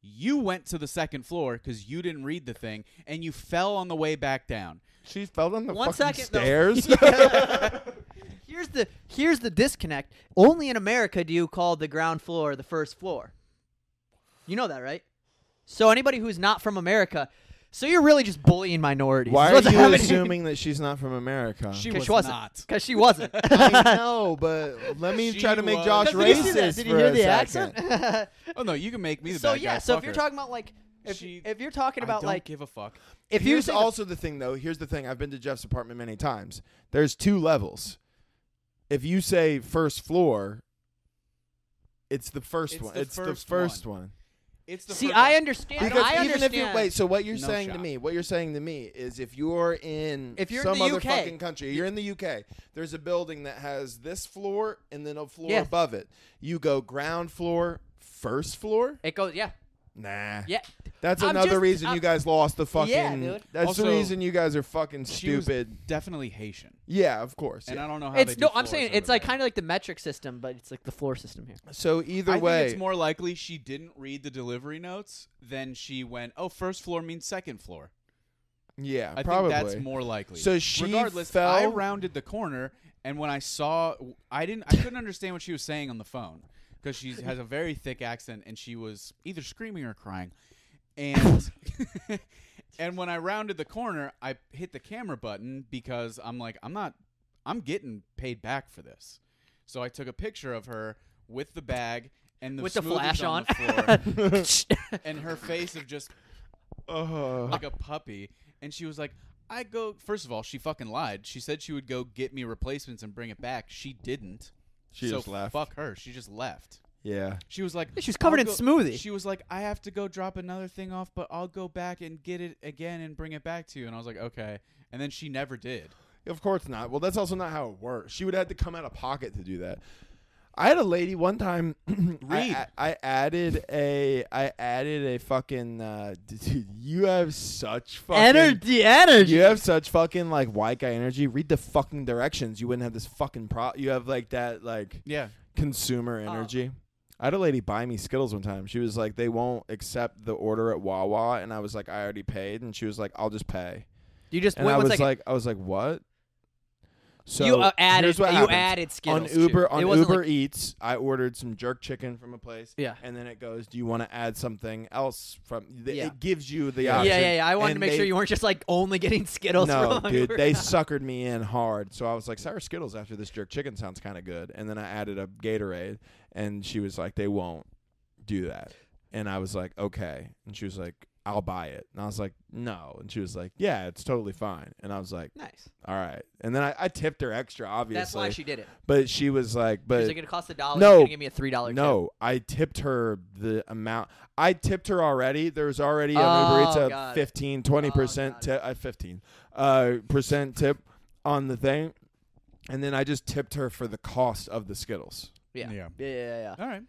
[SPEAKER 3] You went to the second floor because you didn't read the thing and you fell on the way back down.
[SPEAKER 1] She fell down the
[SPEAKER 2] One
[SPEAKER 1] fucking
[SPEAKER 2] second, though.
[SPEAKER 1] stairs.
[SPEAKER 2] Here's the here's the disconnect. Only in America do you call the ground floor the first floor. You know that, right? So anybody who's not from America, so you're really just bullying minorities.
[SPEAKER 1] Why
[SPEAKER 2] is
[SPEAKER 1] are
[SPEAKER 2] what's
[SPEAKER 1] you
[SPEAKER 2] happening.
[SPEAKER 1] assuming that she's not from America?
[SPEAKER 3] She
[SPEAKER 2] 'Cause
[SPEAKER 3] was
[SPEAKER 2] she wasn't.
[SPEAKER 3] not.
[SPEAKER 2] Because she wasn't.
[SPEAKER 1] I know, but let me
[SPEAKER 3] She
[SPEAKER 1] try to make
[SPEAKER 3] was-
[SPEAKER 1] Josh
[SPEAKER 3] Did
[SPEAKER 2] Did you see
[SPEAKER 1] racist
[SPEAKER 2] that? Did you
[SPEAKER 1] for
[SPEAKER 2] hear
[SPEAKER 1] a
[SPEAKER 2] the
[SPEAKER 1] second.
[SPEAKER 2] accent?
[SPEAKER 3] Oh, no, you can make me the
[SPEAKER 2] so
[SPEAKER 3] bad
[SPEAKER 2] yeah,
[SPEAKER 3] guy.
[SPEAKER 2] so
[SPEAKER 3] Fuck
[SPEAKER 2] if you're
[SPEAKER 3] her.
[SPEAKER 2] talking about like if,
[SPEAKER 3] She-
[SPEAKER 2] if you're talking
[SPEAKER 3] I
[SPEAKER 2] about
[SPEAKER 3] don't
[SPEAKER 2] like
[SPEAKER 3] give a fuck.
[SPEAKER 2] if you
[SPEAKER 1] Here's
[SPEAKER 2] say the-
[SPEAKER 1] also the thing, though. Here's the thing. I've been to Jeff's apartment many times. There's two levels. If you say first floor, it's the first
[SPEAKER 3] It's
[SPEAKER 1] one.
[SPEAKER 3] the
[SPEAKER 1] it's
[SPEAKER 3] first
[SPEAKER 1] the first one.
[SPEAKER 3] It's the
[SPEAKER 2] see,
[SPEAKER 3] first-
[SPEAKER 2] I understand.
[SPEAKER 1] Because
[SPEAKER 2] I
[SPEAKER 1] even
[SPEAKER 2] understand.
[SPEAKER 1] if you wait, so what you're
[SPEAKER 3] No
[SPEAKER 1] saying
[SPEAKER 3] shot.
[SPEAKER 1] to me, what you're saying to me is, if you're in
[SPEAKER 2] If you're in
[SPEAKER 1] some
[SPEAKER 2] the
[SPEAKER 1] other
[SPEAKER 2] UK,
[SPEAKER 1] fucking country, you're in the UK. There's a building that has this floor and then a floor
[SPEAKER 2] Yes.
[SPEAKER 1] above it. You go ground floor, first floor.
[SPEAKER 2] it goes yeah,
[SPEAKER 1] Nah.
[SPEAKER 2] yeah.
[SPEAKER 1] That's
[SPEAKER 2] I'm
[SPEAKER 1] another
[SPEAKER 2] just-
[SPEAKER 1] reason
[SPEAKER 2] I'm-
[SPEAKER 1] you guys lost the fucking.
[SPEAKER 2] dude.
[SPEAKER 1] That's the
[SPEAKER 3] Also,
[SPEAKER 1] reason you guys are fucking
[SPEAKER 3] She was
[SPEAKER 1] stupid.
[SPEAKER 3] definitely Haitian.
[SPEAKER 1] Yeah, of course.
[SPEAKER 3] And
[SPEAKER 1] yeah.
[SPEAKER 3] I don't know how
[SPEAKER 2] It's
[SPEAKER 3] they
[SPEAKER 2] no,
[SPEAKER 3] do
[SPEAKER 2] I'm
[SPEAKER 3] floors
[SPEAKER 2] saying
[SPEAKER 3] over
[SPEAKER 2] it's like
[SPEAKER 3] there.
[SPEAKER 2] kind of like the metric system, but it's like the floor system here.
[SPEAKER 1] So either
[SPEAKER 3] I
[SPEAKER 1] way,
[SPEAKER 3] think it's more likely she didn't read the delivery notes than she went, "Oh, first floor means second floor."
[SPEAKER 1] yeah,
[SPEAKER 3] I
[SPEAKER 1] probably.
[SPEAKER 3] think that's more likely.
[SPEAKER 1] So she
[SPEAKER 3] regardless,
[SPEAKER 1] fell-
[SPEAKER 3] I rounded the corner, and when I saw, I didn't, I couldn't understand what she was saying on the phone because she has a very thick accent, and she was either screaming or crying. And and when I rounded the corner, I hit the camera button because I'm like, I'm not, I'm getting paid back for this. So I took a picture of her with the bag and the
[SPEAKER 2] With the
[SPEAKER 3] smoothies
[SPEAKER 2] flash
[SPEAKER 3] on, the floor, and her face of just
[SPEAKER 1] Uh,
[SPEAKER 3] like a puppy, and she was like, "I go." First of all, she fucking lied. She said she would go get me replacements and bring it back. She didn't.
[SPEAKER 1] She
[SPEAKER 3] so
[SPEAKER 1] just left.
[SPEAKER 3] Fuck her. She just left.
[SPEAKER 1] yeah.
[SPEAKER 3] She was like,
[SPEAKER 2] She was covered
[SPEAKER 3] "I'll
[SPEAKER 2] in
[SPEAKER 3] go-"
[SPEAKER 2] smoothie.
[SPEAKER 3] She was like, "I have to go drop another thing off, but I'll go back and get it again and bring it back to you." And I was like, "Okay." And then she never did.
[SPEAKER 1] Of course not. Well, that's also not how it works. She would have to come out of pocket to do that. I had a lady one time.
[SPEAKER 3] Read.
[SPEAKER 1] I, I, I added a. I added a fucking. Uh, dude, you have such fucking.
[SPEAKER 2] energy, energy.
[SPEAKER 1] You have such fucking like white guy energy. Read the fucking directions. You wouldn't have this fucking pro. You have like that like
[SPEAKER 3] Yeah.
[SPEAKER 1] consumer energy. I had a lady buy me Skittles one time. She was like, "They won't accept the order at Wawa," and I was like, "I already paid," and she was like, "I'll just pay."
[SPEAKER 2] You just
[SPEAKER 1] And
[SPEAKER 2] wait
[SPEAKER 1] I
[SPEAKER 2] one
[SPEAKER 1] was
[SPEAKER 2] second.
[SPEAKER 1] like, "I was like, what?" So
[SPEAKER 2] you uh, added
[SPEAKER 1] here's
[SPEAKER 2] you
[SPEAKER 1] what happens.
[SPEAKER 2] added Skittles
[SPEAKER 1] on Uber
[SPEAKER 2] too. it
[SPEAKER 1] on
[SPEAKER 2] wasn't
[SPEAKER 1] Uber
[SPEAKER 2] like-
[SPEAKER 1] Eats. I ordered some jerk chicken from a place.
[SPEAKER 2] yeah.
[SPEAKER 1] and then it goes, "Do you want to add something else from?" th-
[SPEAKER 2] Yeah.
[SPEAKER 1] It gives you the
[SPEAKER 2] yeah,
[SPEAKER 1] option.
[SPEAKER 2] yeah, yeah. I wanted to
[SPEAKER 1] and
[SPEAKER 2] make
[SPEAKER 1] they-
[SPEAKER 2] sure you weren't just like only getting Skittles.
[SPEAKER 1] No,
[SPEAKER 2] from
[SPEAKER 1] dude,
[SPEAKER 2] Uber.
[SPEAKER 1] they suckered me in hard. So I was like, "Sour Skittles after this jerk chicken sounds kind of good." And then I added a Gatorade, and she was like, "They won't do that." And I was like, "Okay," and she was like, "I'll buy it," and I was like, "No," and she was like, "Yeah, it's totally fine," and I was like,
[SPEAKER 2] nice.
[SPEAKER 1] "All right." And then I, I tipped her extra, obviously.
[SPEAKER 2] That's why she did it.
[SPEAKER 1] but she was like, "But
[SPEAKER 2] She's like, it cost a dollar.
[SPEAKER 1] No.
[SPEAKER 2] You're gonna give me a three dollar.
[SPEAKER 1] No, I tipped her the amount. I tipped her already. There was already on
[SPEAKER 2] Oh,
[SPEAKER 1] Uber Eats a
[SPEAKER 2] got it.
[SPEAKER 1] 15, 20 percent
[SPEAKER 2] Oh,
[SPEAKER 1] tip,
[SPEAKER 2] got
[SPEAKER 1] uh, 15 uh, percent tip on the thing, and then I just tipped her for the cost of the Skittles.
[SPEAKER 2] Yeah.
[SPEAKER 3] Yeah.
[SPEAKER 2] Yeah, yeah, yeah, yeah.
[SPEAKER 3] All right.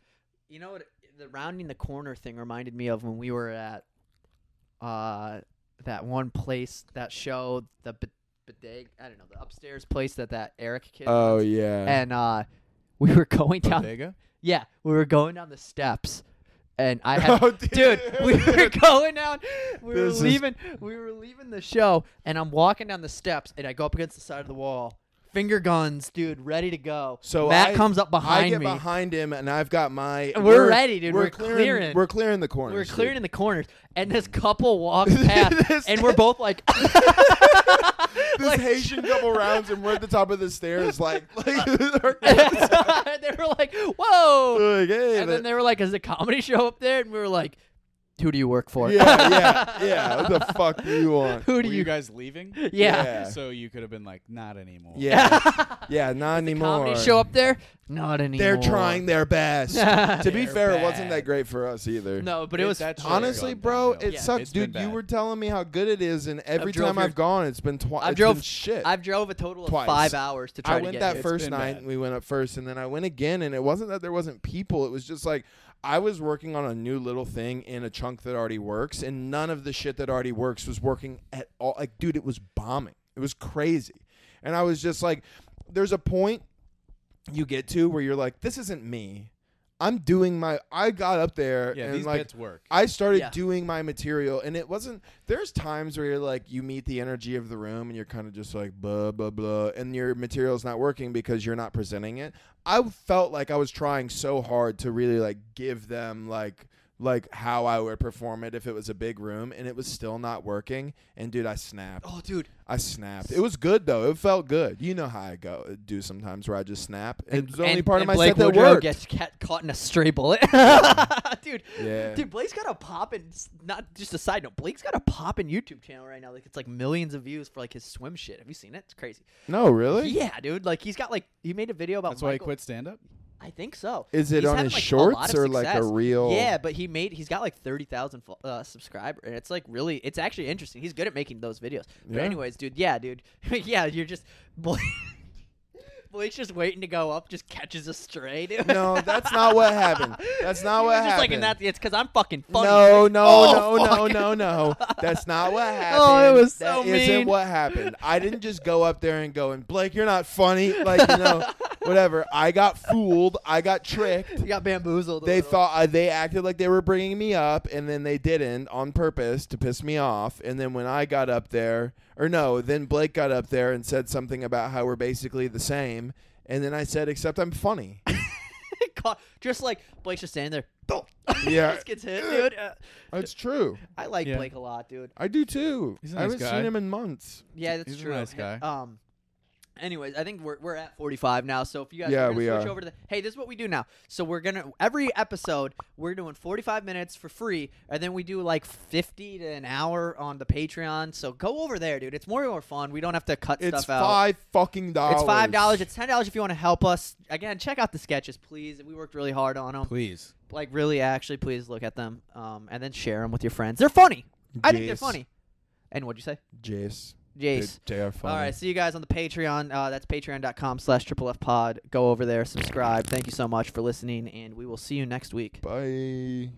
[SPEAKER 2] You know what? The rounding the corner thing reminded me of when we were at uh, that one place that showed the b- bodega. I don't know the upstairs place that that Eric kid.
[SPEAKER 1] Oh
[SPEAKER 2] runs.
[SPEAKER 1] yeah,
[SPEAKER 2] And uh, we were going down.
[SPEAKER 3] Bodega?
[SPEAKER 2] Yeah, we were going down the steps, and I had
[SPEAKER 1] Oh,
[SPEAKER 2] dude, we were going down. We were
[SPEAKER 1] This is-
[SPEAKER 2] leaving. We were leaving the show, and I'm walking down the steps, and I go up against the side of the wall, finger guns, dude, ready to go.
[SPEAKER 1] So
[SPEAKER 2] Matt
[SPEAKER 1] I-
[SPEAKER 2] comes up
[SPEAKER 1] I
[SPEAKER 2] behind
[SPEAKER 1] get
[SPEAKER 2] me.
[SPEAKER 1] behind him, and I've got my.
[SPEAKER 2] We're ready, dude.
[SPEAKER 1] We're,
[SPEAKER 2] We're
[SPEAKER 1] clearing,
[SPEAKER 2] clearing.
[SPEAKER 1] We're clearing the corners.
[SPEAKER 2] we were clearing
[SPEAKER 1] dude.
[SPEAKER 2] in the corners, and this couple walks past,
[SPEAKER 1] This-
[SPEAKER 2] and we're both like,
[SPEAKER 1] This
[SPEAKER 2] like-
[SPEAKER 1] Haitian couple rounds, and we're at the top of the stairs, like, like,
[SPEAKER 2] they were like, "Whoa!"
[SPEAKER 1] like, hey,
[SPEAKER 2] and
[SPEAKER 1] the-
[SPEAKER 2] then they were like, "Is a comedy show up there?" And we were like, "Who do you work for?"
[SPEAKER 1] yeah, yeah, yeah. What the fuck do you want?
[SPEAKER 2] Who
[SPEAKER 3] Were
[SPEAKER 2] do
[SPEAKER 3] you,
[SPEAKER 2] you?
[SPEAKER 3] guys leaving?
[SPEAKER 2] yeah.
[SPEAKER 1] Yeah.
[SPEAKER 3] So you could have been like, not anymore.
[SPEAKER 1] Yeah, yeah, not anymore.
[SPEAKER 2] Comedy show up there? Not anymore.
[SPEAKER 1] They're trying their best. to be
[SPEAKER 3] They're
[SPEAKER 1] fair, it wasn't that
[SPEAKER 3] bad.
[SPEAKER 1] great for us either.
[SPEAKER 2] No, but it
[SPEAKER 3] It-
[SPEAKER 2] was
[SPEAKER 3] that's
[SPEAKER 2] fun.
[SPEAKER 3] true.
[SPEAKER 1] Honestly,
[SPEAKER 3] Gone
[SPEAKER 1] bro,
[SPEAKER 3] downhill.
[SPEAKER 1] it
[SPEAKER 2] Yeah.
[SPEAKER 1] sucks,
[SPEAKER 3] It's been
[SPEAKER 1] dude. You
[SPEAKER 3] bad.
[SPEAKER 1] were telling me how good it is, and every
[SPEAKER 2] drove
[SPEAKER 1] time
[SPEAKER 2] here-
[SPEAKER 1] I've gone, it's been twice.
[SPEAKER 2] I've drove-
[SPEAKER 1] shit.
[SPEAKER 2] I've drove a total of
[SPEAKER 1] Twice.
[SPEAKER 2] five hours to try
[SPEAKER 1] I
[SPEAKER 2] to
[SPEAKER 1] went
[SPEAKER 2] get
[SPEAKER 1] that
[SPEAKER 2] here.
[SPEAKER 3] It's
[SPEAKER 1] first
[SPEAKER 3] been
[SPEAKER 1] night
[SPEAKER 3] bad.
[SPEAKER 1] and we went up first and then I went again and it wasn't that there wasn't people it was just like I was working on a new little thing in a chunk that already works and none of the shit that already works was working at all like dude it was bombing it was crazy and I was just like there's a point you get to where you're like this isn't me I'm doing my I got up there
[SPEAKER 3] Yeah,
[SPEAKER 1] and
[SPEAKER 3] these
[SPEAKER 1] like
[SPEAKER 3] bits work.
[SPEAKER 1] I started
[SPEAKER 2] Yeah.
[SPEAKER 1] doing my material, and it wasn't. There's times where you're like, you meet the energy of the room, and you're kind of just like, blah, blah, blah, and your material's not working because you're not presenting it. I felt like I was trying so hard to really like give them like like how I would perform it if it was a big room, and it was still not working. And dude, I snapped.
[SPEAKER 2] Oh, dude.
[SPEAKER 1] I snapped. It was good though. It felt good. You know how I go uh, do sometimes where I just snap. And, it's the only
[SPEAKER 2] and,
[SPEAKER 1] part
[SPEAKER 2] and
[SPEAKER 1] of my
[SPEAKER 2] Blake
[SPEAKER 1] set that
[SPEAKER 2] Woodrow
[SPEAKER 1] worked.
[SPEAKER 2] gets ca- caught in a stray bullet. dude,
[SPEAKER 1] Yeah.
[SPEAKER 2] dude, Blake's got a pop in. Not just a side note. Blake's got a pop in YouTube channel right now. Like it's like millions of views for like his swim shit. Have you seen it? It's crazy.
[SPEAKER 1] no, really.
[SPEAKER 2] Yeah, dude. Like he's got like he made a video about.
[SPEAKER 3] That's why he
[SPEAKER 2] Michael-
[SPEAKER 3] quit stand up?
[SPEAKER 2] I think so.
[SPEAKER 1] Is it
[SPEAKER 2] He's
[SPEAKER 1] on
[SPEAKER 2] having,
[SPEAKER 1] his
[SPEAKER 2] like, a lot
[SPEAKER 1] shorts
[SPEAKER 2] of
[SPEAKER 1] or, like, a
[SPEAKER 2] success.
[SPEAKER 1] real-
[SPEAKER 2] Yeah, but he made he's got like thirty thousand uh, subscriber, and it's like really it's actually interesting. He's good at making those videos. But
[SPEAKER 1] Yeah.
[SPEAKER 2] anyways, dude, yeah, dude, yeah, you're just Blake, Blake's just waiting to go up, just catches a stray, dude.
[SPEAKER 1] No, that's not what happened. That's not
[SPEAKER 2] He
[SPEAKER 1] what
[SPEAKER 2] was just Like,
[SPEAKER 1] happened.
[SPEAKER 2] and that's, it's because I'm fucking funny.
[SPEAKER 1] No, no,
[SPEAKER 2] Oh,
[SPEAKER 1] no,
[SPEAKER 2] fuck.
[SPEAKER 1] no, no, no. That's not what happened.
[SPEAKER 2] Oh, it was so
[SPEAKER 1] That isn't
[SPEAKER 2] mean.
[SPEAKER 1] what happened. I didn't just go up there and go and Blake, you're not funny. Like you know, whatever. I got fooled. I got tricked.
[SPEAKER 2] You got bamboozled. a
[SPEAKER 1] They
[SPEAKER 2] little.
[SPEAKER 1] thought I, they acted like they were bringing me up, and then they didn't on purpose to piss me off. And then when I got up there, or no, then Blake got up there and said something about how we're basically the same. And then I said, except I'm funny.
[SPEAKER 2] Caught- just like Blake's just standing there. Boom.
[SPEAKER 1] Yeah.
[SPEAKER 2] just gets hit, dude. Uh,
[SPEAKER 1] It's true.
[SPEAKER 2] I like
[SPEAKER 3] Yeah.
[SPEAKER 2] Blake a lot, dude.
[SPEAKER 1] I do too.
[SPEAKER 3] He's a
[SPEAKER 1] I
[SPEAKER 3] nice
[SPEAKER 1] haven't
[SPEAKER 3] guy.
[SPEAKER 1] seen him in months.
[SPEAKER 2] Yeah, that's
[SPEAKER 3] He's a
[SPEAKER 2] true.
[SPEAKER 3] nice
[SPEAKER 2] Yeah,
[SPEAKER 3] guy.
[SPEAKER 2] Um. Anyways, I think we're we're at 45 now. So if you guys
[SPEAKER 1] Yeah,
[SPEAKER 2] we're gonna
[SPEAKER 1] we
[SPEAKER 2] switch
[SPEAKER 1] are.
[SPEAKER 2] over to the hey, this is what we do now. So we're gonna every episode we're doing 45 minutes for free, and then we do like 50 to an hour on the Patreon. So go over there, dude. It's more more fun. We don't have to cut
[SPEAKER 1] It's
[SPEAKER 2] stuff out.
[SPEAKER 1] five fucking dollars.
[SPEAKER 2] It's five dollars. It's ten dollars if you want to help us. Again, check out the sketches, please. We worked really hard on them.
[SPEAKER 3] Please.
[SPEAKER 2] Like really, actually, please look at them, um, and then share them with your friends. They're funny. I think they're
[SPEAKER 1] Jace.
[SPEAKER 2] funny. And what'd you say,
[SPEAKER 1] Jace.
[SPEAKER 2] Jace?
[SPEAKER 1] They, they are funny.
[SPEAKER 2] All right, see you guys on the Patreon. Uh, that's patreon.com slash triple F pod. Go over there, subscribe. Thank you so much for listening, and we will see you next week.
[SPEAKER 1] Bye.